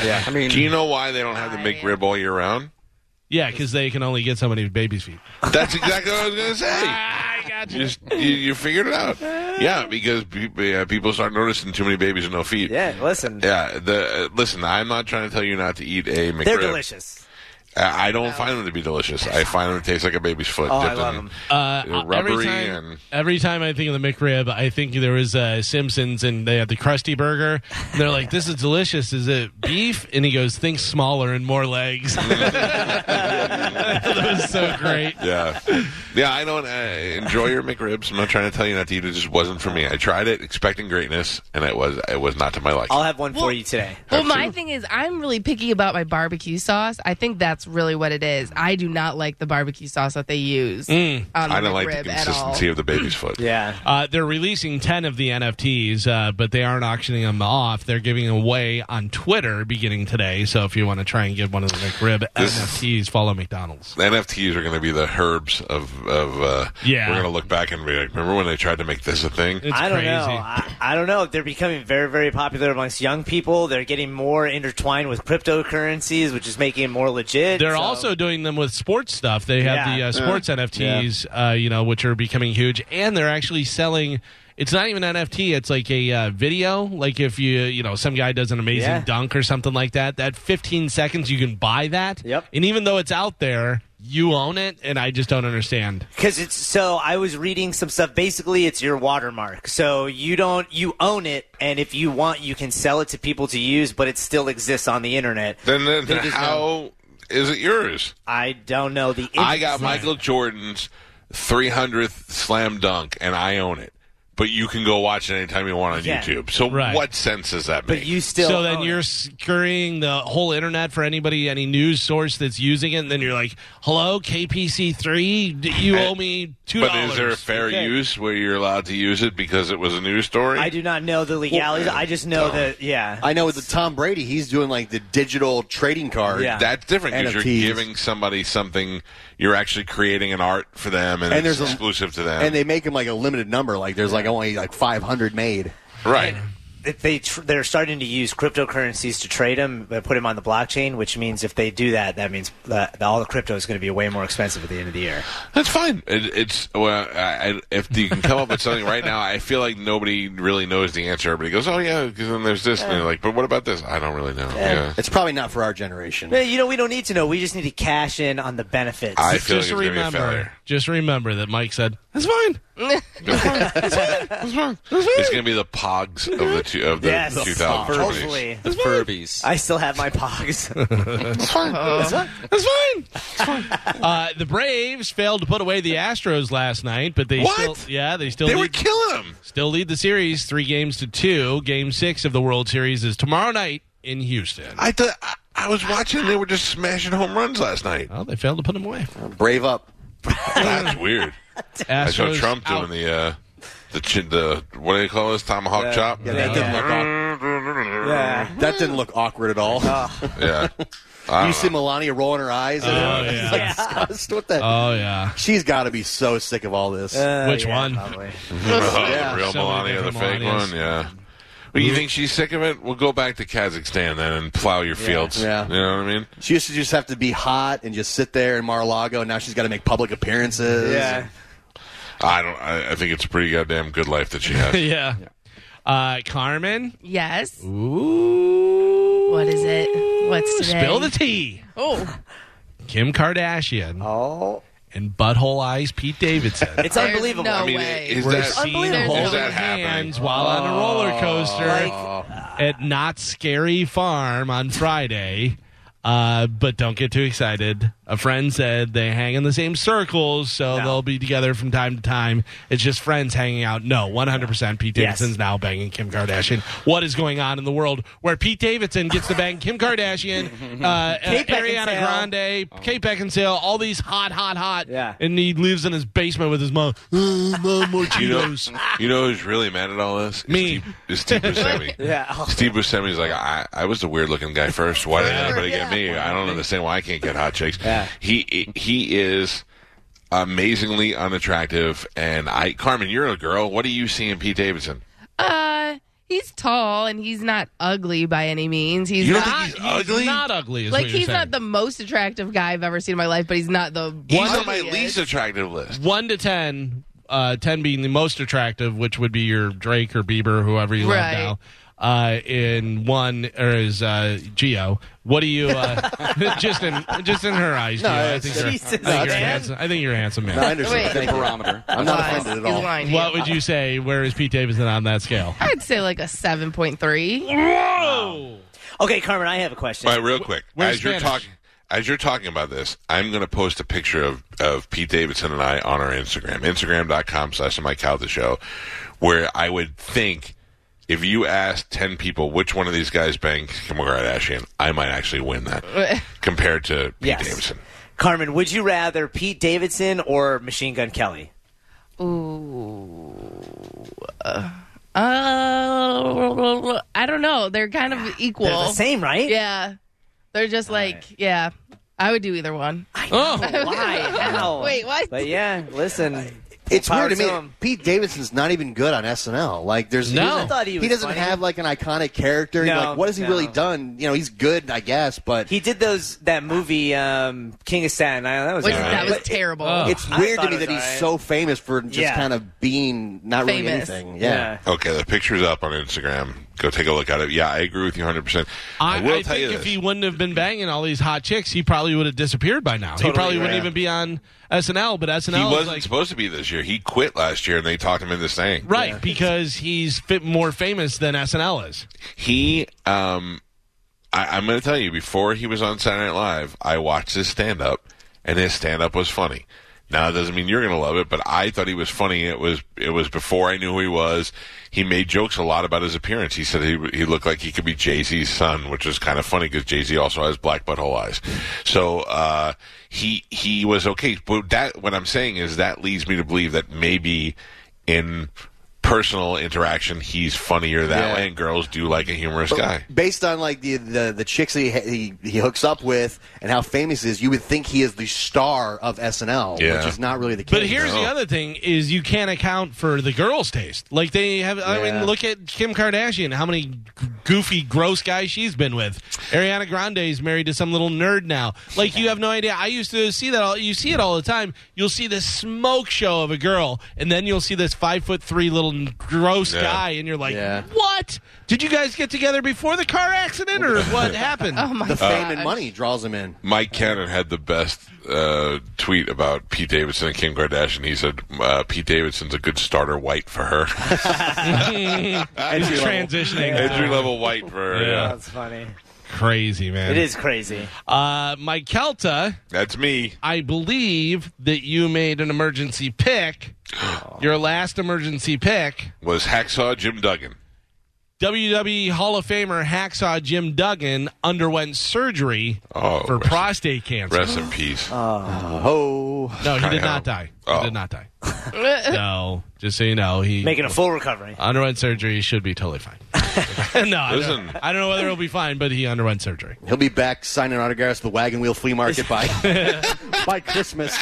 Yeah. I mean, Do you know why they don't have the McRib all year round? yeah, because they can only get so many baby's feet. That's exactly what I was going to say. I got you. Just you, you figured it out. Yeah, because pe- uh, people start noticing too many babies with no feet. yeah, listen. Yeah, the uh, listen. I'm not trying to tell you not to eat a McRib. They're delicious. I I don't find them to be delicious. I find them to taste like a baby's foot. Oh, I dipped love in- 'em. Uh, They're rubbery every time, and- every time I think of the McRib, I think there was uh, Simpsons and they had the Krusty Burger. And they're like, "This is delicious. Is it beef?" And he goes, "Think smaller and more legs." that was so great. Yeah, yeah. I don't uh, enjoy your McRibs. I'm not trying to tell you not to eat. It just wasn't for me. I tried it, expecting greatness, and it was it was not to my liking. I'll have one for you today. Well, my thing is, I'm really picky about my barbecue sauce. I think that's really what it is. I do not like the barbecue sauce that they use. on I don't like McRib the at all. consistency of the baby's foot. Yeah. Uh, they're releasing 10 of the NFTs, uh, but they aren't auctioning them off. They're giving them away on Twitter beginning today. So if you want to try and get one of the McRib This- NFTs, follow McDonald's. The NFTs are going to be the herbs of of. Uh, Yeah. we're going to look back and be like, remember when they tried to make this a thing? It's I don't crazy. know. I, I don't know. They're becoming very, very popular amongst young people. They're getting more intertwined with cryptocurrencies, which is making it more legit. They're so- also doing them with sports stuff. They have Yeah. the uh, sports NFTs, uh, you know, which are becoming huge, and they're actually selling. It's not even NFT. It's like a uh, video. Like if you, you know, some guy does an amazing Yeah. dunk or something like that. That 15 seconds, you can buy that. Yep. And even though it's out there, you own it, and I just don't understand. Because it's so, I was reading some stuff. Basically, it's your watermark. So you don't, you own it, and if you want, you can sell it to people to use, but it still exists on the internet. Then, then They just how is it yours? I don't know the. I got Michael Jordan's 300th slam dunk, and I own it. But you can go watch it anytime you want on Yeah. YouTube. So Right. what sense does that make? But you still. so then own you're it. scurrying the whole internet for anybody, any news source that's using it, and then you're like, "Hello, KPC3, d- you owe me two but dollars." is there a fair use where you're allowed to use it because it was a news story? I do not know the legalities. I just know that. Yeah. I know with the Tom Brady, he's doing like the digital trading card. Yeah. That's different because you're NFTs. giving somebody something. You're actually creating an art for them, and, And it's there's a- exclusive to them. And they make him like a limited number. Like there's like only like 500 made. right. if they tr- they're starting to use cryptocurrencies to trade them, uh, put them on the blockchain, which means if they do that, that means that all the crypto is going to be way more expensive at the end of the year. That's fine. It, it's well, I, I, if you can come up with something right now, I feel like nobody really knows the answer. Everybody goes, "Oh yeah," because then there's this, and they're like, "But what about this?" I don't really know. Yeah, It's probably not for our generation. Man, you know, we don't need to know. We just need to cash in on the benefits. I feel like it's just gonna be a remember, failure. just remember that Mike said that's fine. it's going to be the pogs of the two, of the Yes, 2000s. hopefully. The Furbies. I still have my pogs. That's fine. Uh, the Braves failed to put away the Astros last night, but they What? still yeah they still They lead, were killing them. still lead the series three games to two. Game six of the World Series is tomorrow night in Houston. I thought I, I was watching. They were just smashing home runs last night. Well, they failed to put them away. Brave up. That's weird. I saw Astros Trump out. doing the uh, the chin, the what do they call this tomahawk chop? Yeah, that didn't look awkward. yeah. That didn't look awkward at all. Yeah. Ah. I don't you see know. Melania rolling her eyes. and Oh, she's yeah. like, disgusted. What the? Oh yeah. She's got to be so sick of all this. Uh, Which one? probably. Oh, Yeah. the real So many Melania, the different fake Melanias. Mm-hmm. one. Yeah. Well, you think she's sick of it? We'll go back to Kazakhstan then and plow your fields. Yeah. You know what I mean? She used to just have to be hot and just sit there in Mar-a-Lago. And now she's got to make public appearances. Yeah. I don't. I, I think it's a pretty goddamn good life that she has. yeah. Uh, Carmen. Yes. Ooh. What is it? What's today? Spill the tea. Oh, Kim Kardashian Oh, and Butthole Eyes Pete Davidson. it's There's unbelievable. no I mean, way. is We're that seen Unbelievable. holding Is that happening? hands while on a roller coaster at Not Scary Farm on Friday. Uh, but don't get too excited. A friend said they hang in the same circles, so No. they'll be together from time to time. It's just friends hanging out. No, 100% Pete Yes. Davidson's now banging Kim Kardashian. What is going on in the world where Pete Davidson gets to bang Kim Kardashian, uh, uh, Kate Ariana Beckinsale. Grande, Kate Beckinsale, all these hot, hot, hot. Yeah. And he lives in his basement with his mom. "Uh, Mom, more You know, Cheetos." you know who's really mad at all this? Is Me. Steve- Is Steve Buscemi. Yeah. Oh, Steve Buscemi's like, I, I was the weird looking guy first. Why did anybody get me? I don't understand why I can't get hot chicks. Yeah. He he is amazingly unattractive. And I, Carmen, you're a girl. What do you see in Pete Davidson? uh, he's tall and he's not ugly by any means. He's You don't not. think he's ugly? Not ugly. Is like what you're he's saying. not the most attractive guy I've ever seen in my life, but he's not the He's on my ugliest. least attractive list. one to ten, uh, ten being the most attractive, which would be your Drake or Bieber, whoever you Right. love now. Uh, in one or is uh, Geo? What do you uh, just in just in her eyes? Gio, I it's- think you're, Jesus, I think man. you're a handsome. I think you're a handsome man. No, I understand. Wait. Thank The you. barometer. I'm not offended at He's all. lying to you. what would you say? Where is Pete Davidson on that scale? I'd say like a seven point three. Okay, Carmen, I have a question. All right, real quick. where's as you're Spanish? talking, as you're talking about this, I'm going to post a picture of, of Pete Davidson and I on our Instagram, Instagram.com slash Mike Cow the Show, where I would think if you asked ten people which one of these guys banged Kim Kardashian, I might actually win Uh. that compared to Pete Yes. Davidson. Carmen, would you rather Pete Davidson or Machine Gun Kelly? Uh, I don't know. They're kind of equal. They're the same, right? Yeah, they're just like yeah. I would do either one. Why? How? Wait, what? But yeah, listen. It's Power weird to me. him. Pete Davidson's not even good on SNL. Like, there's No. he I doesn't, thought he was doesn't funny. have like an iconic character. No, like, what has he no. really done? You know, he's good, I guess, but He did those that movie um, King of Staten Island. That was Which all right. Oh. that was But- terrible. it's I weird thought to me it that was he's so all famous for just Yeah. kind of being not really Famous. anything. yeah. Yeah. Okay, the picture's up on Instagram. Go take a look at it. Yeah, I agree with you 100. percent I, will I tell think you if this. he wouldn't have been banging all these hot chicks, he probably would have disappeared by now. he Totally, probably yeah. wouldn't even be on SNL. But SNL He is wasn't like, supposed to be this year. He quit last year, and they talked him into staying. right because he's fit, more famous than SNL is. He, um, I, I'm going to tell you, before he was on Saturday Night Live, I watched his stand up, and his stand up was funny. Now it doesn't mean you're going to love it, but I thought he was funny. It was it was before I knew who he was. He made jokes a lot about his appearance. He said he he looked like he could be Jay Z's son, which is kind of funny because Jay Z also has black butthole eyes. So uh, he he was okay. But that what I'm saying is that leads me to believe that maybe in personal interaction, he's funnier that Yeah. way, and girls do like a humorous But guy. Based on like the the, the chicks that he, he he hooks up with and how famous he is, you would think he is the star of SNL, Yeah. which is not really the case. But here's the other thing: is you can't account for the girls' taste. Like they have. I Yeah. mean, look at Kim Kardashian. How many g- goofy, gross guys she's been with? Ariana Grande is married to some little nerd now. Like you have no idea. I used to see that. All you see it all the time. You'll see this smoke show of a girl, and then you'll see this five foot three little n- gross Yeah. guy, and you're like, Yeah. "What? Did you guys get together before the car accident, or what happened?" Oh my the fame and gosh. money draws him in. Mike Cannon had the best uh, tweet about Pete Davidson and Kim Kardashian. He said uh, Pete Davidson's a good starter white for her, It's transitioning. entry level white for her. Yeah. Yeah. That's funny. Crazy man. It is crazy. Uh, Mike Kelta. that's me. I believe that you made an emergency pick. Your last emergency pick, Was hacksaw Jim Duggan. WWE Hall of Famer hacksaw Jim Duggan underwent surgery Oh, for rest- prostate cancer. Rest in peace. Oh, No, he I did know. not die. Oh. He did not die. no, just so you know, he Making a full recovery. underwent surgery. He should be totally fine. no, I don't- I Listen. don't, know whether he'll be fine, but he underwent surgery. he'll be back signing autographs at the Wagon Wheel Flea Market by by Christmas.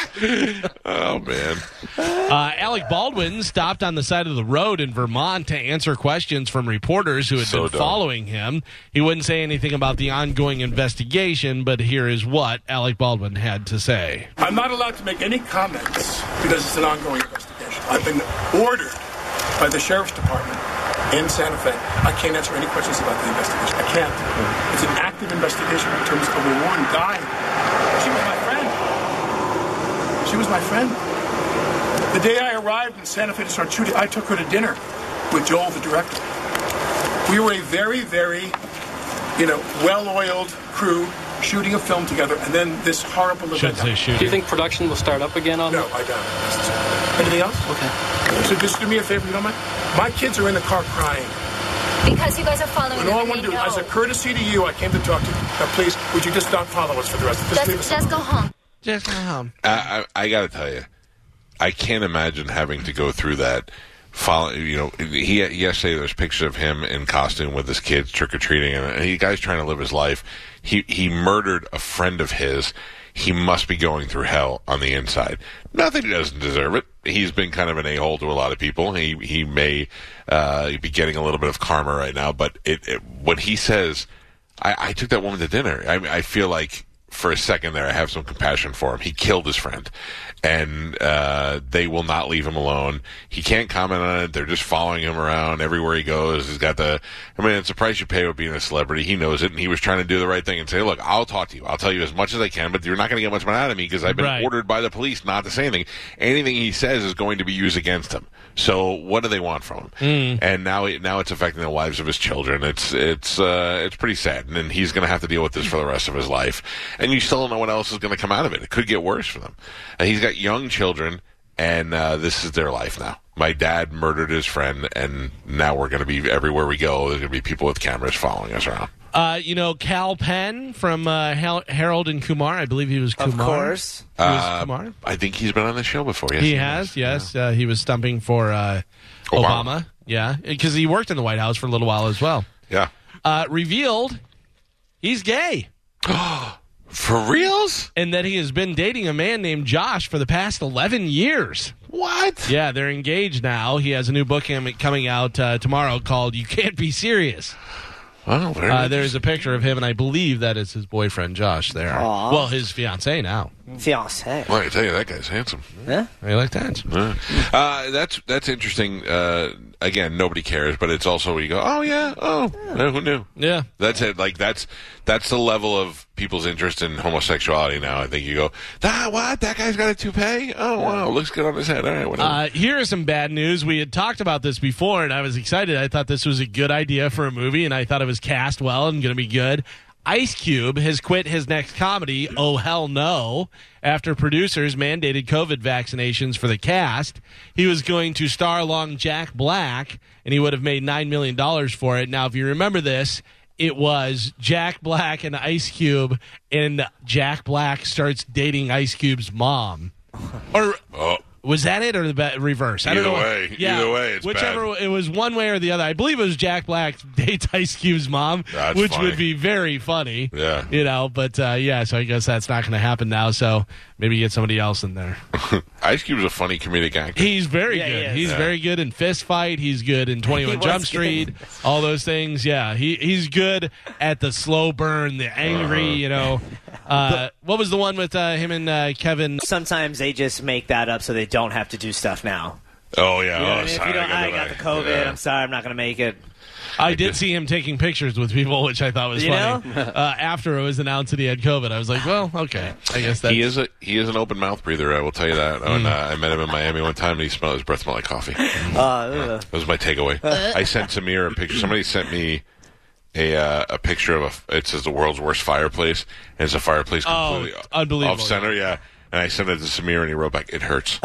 oh man. Uh, Alec Baldwin stopped on the side of the road in Vermont to answer questions from reporters who had So been dumb. following him. He wouldn't say anything about the ongoing investigation, but here is what Alec Baldwin had to say. I'm not allowed to make any comments because it's an ongoing investigation. I've been ordered by the sheriff's department in Santa Fe. I can't answer any questions about the investigation. I can't. It's an active investigation in terms of a one guy. She was my friend. She was my friend. The day I arrived in Santa Fe to start shooting, I took her to dinner with Joel, the director. We were a very, very you know, well-oiled crew shooting a film together, and then this horrible event. Shouldn't say Do you shooting. think production will start up again on No, I don't. Anything else? Okay. So just do me a favor, if you don't mind. My kids are in the car crying, Because you guys are following and them, all I want they to do, know. as a courtesy to you, I came to talk to you. Now, please, would you just not follow us for the rest of this? just, just go home. Just um, I, I, I got to tell you, I can't imagine having to go through that. Follow, you know, he yesterday there's pictures of him in costume with his kids trick or treating, and he guy's trying to live his life. He he murdered a friend of his. He must be going through hell on the inside. Nothing he doesn't deserve it. He's been kind of an a hole to a lot of people. He he may uh, be getting a little bit of karma right now, but it, it when he says, I, I took that woman to dinner. I, I feel like for a second there, I have some compassion for him. He killed his friend, and uh, they will not leave him alone. He can't comment on it. They're just following him around everywhere he goes. He's got the. I mean, it's the price you pay with being a celebrity. He knows it, and he was trying to do the right thing and say, "Look, I'll talk to you. I'll tell you as much as I can, but you're not going to get much more out of me because I've been Right. ordered by the police not to say anything. Anything he says is going to be used against him. So what do they want from Hmm. him? And now, it, now it's affecting the lives of his children. It's it's uh, it's pretty sad, and he's going to have to deal with this for the rest of his life. And you still don't know what else is going to come out of it. It could get worse for them. And he's got young children, and uh, this is their life now. My dad murdered his friend, and now we're going to be everywhere we go. There's going to be people with cameras following us around. uh, you know, Cal Penn from uh, Hal- Harold and Kumar. I believe he was Kumar. Of course. He was Uh, Kumar. I think he's been on the show before. Yes, He has, is. yes. Uh, he was stumping for uh, Obama. Obama. Yeah, because he worked in the White House for a little while as well. Yeah. Uh, revealed he's gay. For reals? and that he has been dating a man named Josh for the past 11 years. What? Yeah, they're engaged now. He has a new book com- coming out uh, tomorrow called You Can't Be Serious. Well, very Uh, there's a picture of him, and I believe that is his boyfriend, Josh, there. Aw. Well, his fiance now. Fiance. Well, I tell you, that guy's handsome. Huh? How you like that? Yeah. Uh, that's that's interesting. Uh, again, nobody cares, but it's also where you go, oh yeah, oh, no, who knew? Yeah. That's it. Like that's that's the level of people's interest in homosexuality now. I think you go, ah, what? That guy's got a toupee? Oh wow, looks good on his head. All right, whatever. Uh, here is some bad news. We had talked about this before, and I was excited. I thought this was a good idea for a movie, and I thought it was cast well and going to be good. Ice Cube has quit his next comedy, Oh Hell No, after producers mandated COVID vaccinations for the cast. He was going to star along Jack Black, and he would have made $9 million for it. Now, if you remember this, it was Jack Black and Ice Cube, and Jack Black starts dating Ice Cube's mom. Or oh, Was that it or the be- reverse? I Either don't know. way. Either way, it's whichever it was, one way or the other. I believe it was Jack Black dates Ice Cube's mom, That's which funny. would be very funny. Yeah. you know. But uh, yeah, so I guess that's not going to happen now. So maybe get somebody else in there. Ice Cube's a funny comedic actor. He's very Yeah, he good. is. He's Yeah. very good in Fist Fight. He's good in Twenty He One was Jump good. Street. All those things. Yeah, he he's good at the slow burn, the angry. Uh-huh. You know, uh, what was the one with uh, him and uh, Kevin? Sometimes they just make that up so they don't have to do stuff now. Oh You yeah. know what oh, I mean? If sorry, you don't- gotta I go got the back. COVID. Yeah. I'm sorry. I'm not going to make it. I did see him taking pictures with people, which I thought was You funny. know? Uh, after it was announced that he had COVID, I was like, well, okay, I guess that. He is a he is an open mouth breather. I will tell you that. Hmm. And, uh, I met him in Miami one time, and he smelled his breath smelled like coffee. Ah, Uh, That was my takeaway. Uh. I sent Samir a picture. Somebody sent me a uh, a picture of a. It says the world's worst fireplace, and it's a fireplace Oh, completely it's unbelievable. off center. Yeah, and I sent it to Samir, and he wrote back, "It hurts."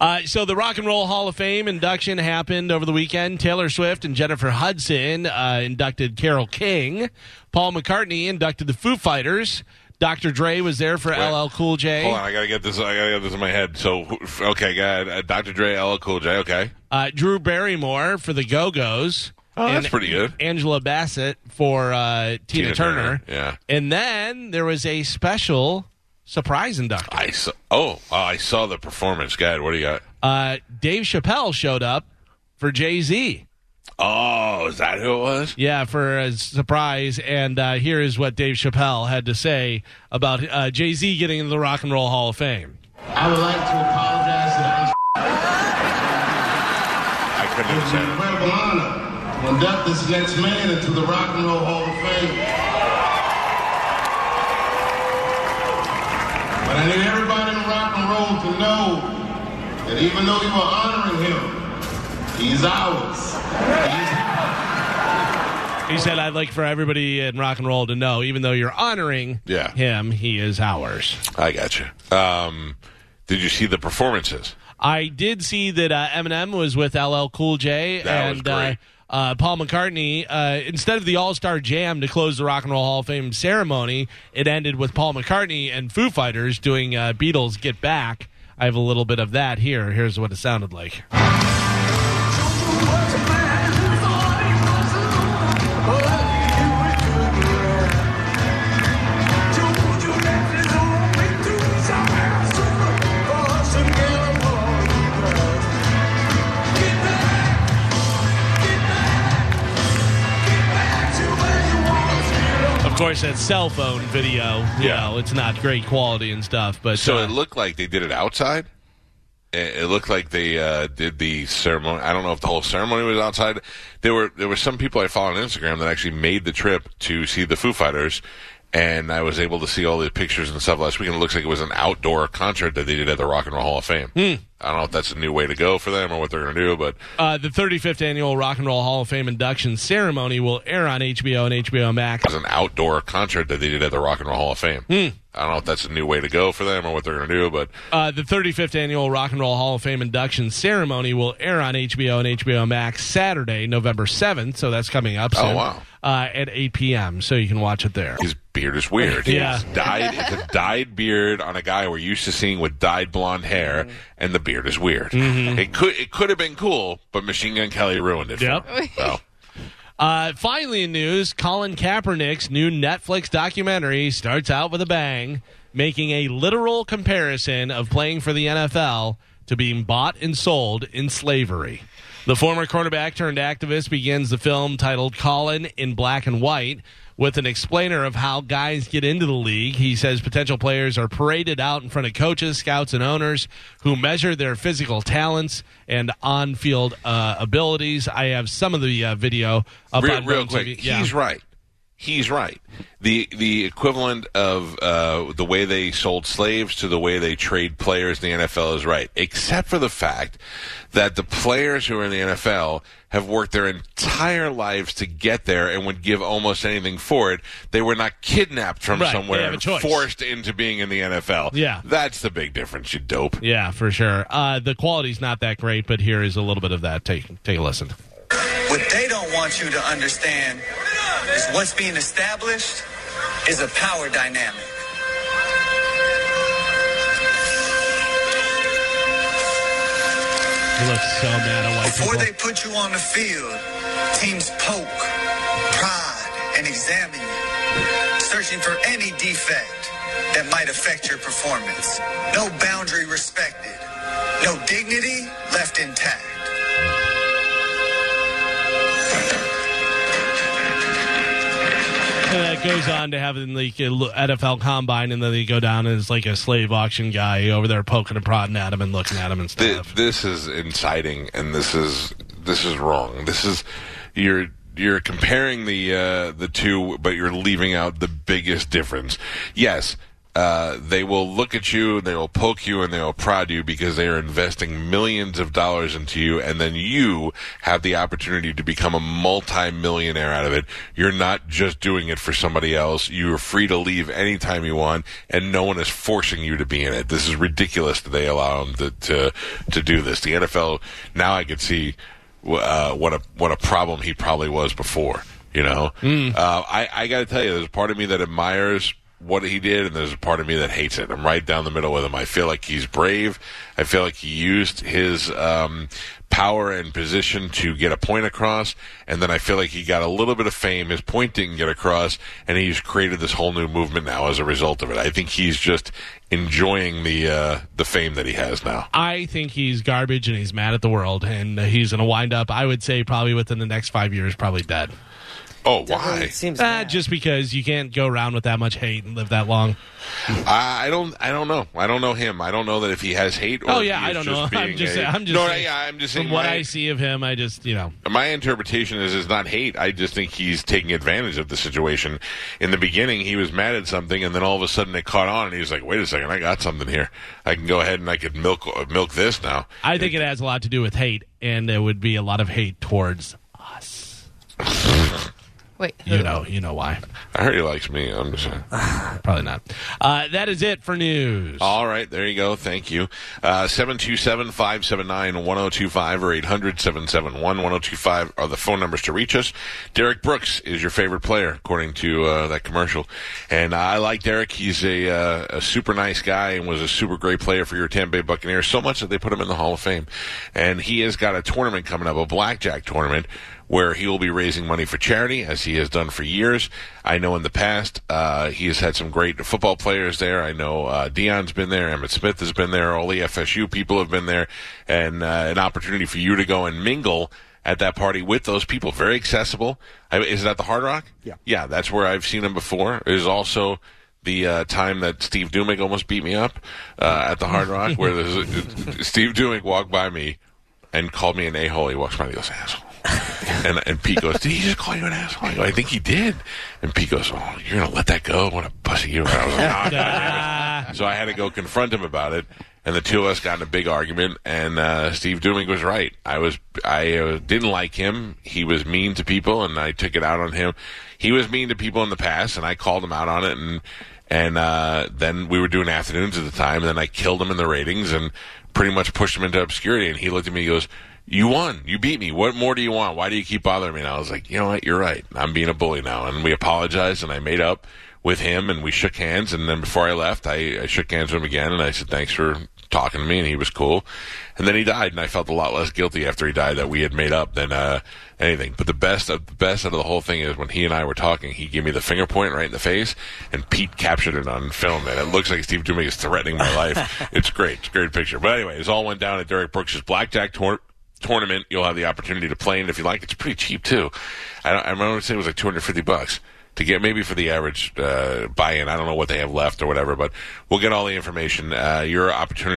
Uh, so the Rock and Roll Hall of Fame induction happened over the weekend. Taylor Swift and Jennifer Hudson uh, inducted Carol King. Paul McCartney inducted the Foo Fighters. Dr. Dre was there for LL Cool J. Hold on, Oh, I gotta get this. I gotta get this in my head. So, who- okay, got uh, Dr. Dre, LL Cool J. Okay, Uh, Drew Barrymore for the Go Go's. Oh, that's pretty good. Angela Bassett for uh, Tina, Turner. Yeah, And then there was a special surprise induction. I saw. Oh, oh, I saw the performance. God, what do you got? Uh, Dave Chappelle showed up for Jay Z. Oh, is that who it was? Yeah, for a surprise. And uh, here is what Dave Chappelle had to say about uh, Jay Z getting into the Rock and Roll Hall of Fame. I would like to apologize to Ice I couldn't understand it. Incredible honor to induct this next man into the Rock and Roll Hall of Fame. But I need everybody in rock and roll to know that even though you are honoring him, he's ours. He said, I'd like for everybody in rock and roll to know, even though you're honoring Yeah. him, he is ours. I gotcha. Um, did you see the performances? I did see that uh, Eminem was with LL Cool J That was and great. Uh, uh, Paul McCartney. Uh, instead of the All Star Jam to close the Rock and Roll Hall of Fame ceremony, it ended with Paul McCartney and Foo Fighters doing uh, Beatles Get Back. I have a little bit of that here. Here's what it sounded like. Of course, that cell phone video. You Yeah. know, it's not great quality and stuff, but So uh, it looked like they did it outside. It it looked like they uh, did the ceremony. I don't know if the whole ceremony was outside. There were there were some people I follow on Instagram that actually made the trip to see the Foo Fighters, and I was able to see all the pictures and stuff last week. And it looks like it was an outdoor concert that they did at the Rock and Roll Hall of Fame. I don't know if that's a new way to go for them or what they're going to do, but Uh, the 35th annual Rock and Roll Hall of Fame induction ceremony will air on HBO and HBO Max. it was an outdoor concert that they did at the Rock and Roll Hall of Fame. Hmm. I don't know if that's a new way to go for them or what they're going to do, but Uh, the 35th annual Rock and Roll Hall of Fame induction ceremony will air on HBO and HBO Max Saturday, November 7th. So that's coming up. Oh, soon, wow. Uh, at 8 p.m. So you can watch it there. His beard is weird. Yeah. It's dyed. It's a dyed beard on a guy we're used to seeing with dyed blonde hair, and the beard is weird. Mm-hmm. It could it could have been cool, but Machine Gun Kelly ruined it. for Yep. me. So, Uh, finally, in news, Colin Kaepernick's new Netflix documentary starts out with a bang, making a literal comparison of playing for the NFL to being bought and sold in slavery. The former quarterback turned activist begins the film titled Colin in Black and White with an explainer of how guys get into the league. He says potential players are paraded out in front of coaches, scouts, and owners who measure their physical talents and on field uh, abilities. I have some of the uh, video up real, on real Bone quick, TV. Yeah. he's right. He's right. The the equivalent of uh, the way they sold slaves to the way they trade players in the NFL is right, except for the fact that the players who are in the NFL have worked their entire lives to get there and would give almost anything for it. They were not kidnapped from Right, they somewhere have a and choice. forced into being in the NFL. Yeah. That's the big difference, you dope. Yeah, for sure. Uh, the quality's not that great, but here is a little bit of that. Take take a listen. What they don't want you to understand is what's being established is a power dynamic. He looks so mad at white Before people. they put you on the field, teams poke, prod, and examine you, searching for any defect that might affect your performance. No boundary respected, no dignity left intact. And that goes on to having the NFL Combine, and then they go down as like a slave auction guy over there poking and prodding at him and looking at him and stuff. Thi- this is inciting, and this is this is wrong. This is you're you're comparing the uh, the two, but you're leaving out the biggest difference. Yes. Uh, they will look at you, they will poke you, and they will prod you because they are investing millions of dollars into you, and then you have the opportunity to become a multi-millionaire out of it. You're not just doing it for somebody else. You are free to leave anytime you want, and no one is forcing you to be in it. This is ridiculous that they allow them to to, to do this. The NFL now I could see uh, what a what a problem he probably was before. You know, uh, I I got to tell you, there's a part of me that admires what he did, and there's a part of me that hates it. I'm right down the middle with him. I feel like he's brave. I feel like he used his um, power and position to get a point across, and then I feel like he got a little bit of fame. His point didn't get across, and he's created this whole new movement now as a result of it. I think he's just enjoying the uh, the fame that he has now. I think he's garbage and he's mad at the world and he's going to wind up, I would say, probably within the next five years, probably dead. Oh, why? Uh, Ah, just because you can't go around with that much hate and live that long. I I don't. I don't know. I don't know him. I don't know that if he has hate. Or oh if yeah, he I is don't know. just I'm being just, a- I'm just, No, saying- yeah, I'm just saying. From what my- I see of him, I just, you know, My interpretation is is not hate. I just think he's taking advantage of the situation. In the beginning, he was mad at something, and then all of a sudden it caught on, and he was like, "Wait a second, I got something here. I can go ahead and I could milk uh, milk this now." I think it has a lot to do with hate, and there would be a lot of hate towards us. Wait, you know, you know why. I heard he likes me. I'm just saying. Probably not. Uh, that is it for news. All right, there you go. Thank you. Uh, Seven two seven five seven nine one zero two five or eight hundred seven seven one one zero two five are the phone numbers to reach us. Derek Brooks is your favorite player, according to uh, that commercial, and I like Derek. He's a, uh, a super nice guy and was a super great player for your Tampa Bay Buccaneers. So much that they put him in the Hall of Fame, and he has got a tournament coming up, a blackjack tournament where he will be raising money for charity, as he has done for years. I know in the past uh, he has had some great football players there. I know uh, Dion's been there, Emmett Smith has been there, all the FSU people have been there, and uh, an opportunity for you to go and mingle at that party with those people. Very accessible. I, is it at the Hard Rock? Yeah, yeah, that's where I've seen him before. It is also. The uh, time that Steve Dumick almost beat me up uh, at the Hard Rock, where there's, Steve Dumick walked by me and called me an a hole. He walks by me and goes, asshole. And, and Pete goes, Did he just call you an asshole? I, go, I think he did. And Pete goes, Oh, you're going to let that go? What a pussy you are. I was like, "Ah, "Nah, God damn it." So I had to go confront him about it. And the two of us got in a big argument, and uh, Steve Dooming was right. I was I uh, didn't like him. He was mean to people, and I took it out on him. He was mean to people in the past, and I called him out on it. And and uh, then we were doing afternoons at the time, and then I killed him in the ratings and pretty much pushed him into obscurity. And he looked at me, he goes, "You won, you beat me. What more do you want? Why do you keep bothering me?" And I was like, "You know what? You're right. I'm being a bully now." And we apologized, and I made up with him, and we shook hands. And then before I left, I, I shook hands with him again, and I said, "Thanks for talking to me," and he was cool. And then he died, and I felt a lot less guilty after he died that we had made up than uh, anything. But the best of the best out of the whole thing is when he and I were talking, he gave me the finger point right in the face, and Pete captured it on film, and it looks like Steve Dumick is threatening my life. it's great, it's a great picture. But anyway, it all went down at Derek Brooks's blackjack tour- tournament. You'll have the opportunity to play, and if you like, it's pretty cheap too. I, don't, I remember saying it was like two hundred fifty bucks to get maybe for the average uh, buy-in. I don't know what they have left or whatever, but we'll get all the information. Uh, your opportunity.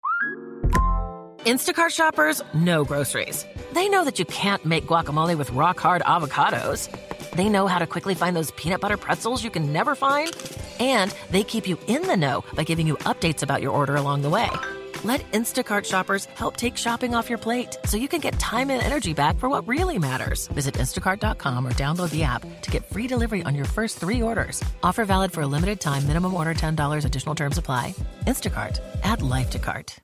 Instacart shoppers know groceries. They know that you can't make guacamole with rock hard avocados. They know how to quickly find those peanut butter pretzels you can never find. And they keep you in the know by giving you updates about your order along the way. Let Instacart shoppers help take shopping off your plate so you can get time and energy back for what really matters. Visit instacart.com or download the app to get free delivery on your first three orders. Offer valid for a limited time, minimum order $10, additional terms apply. Instacart, add life to cart.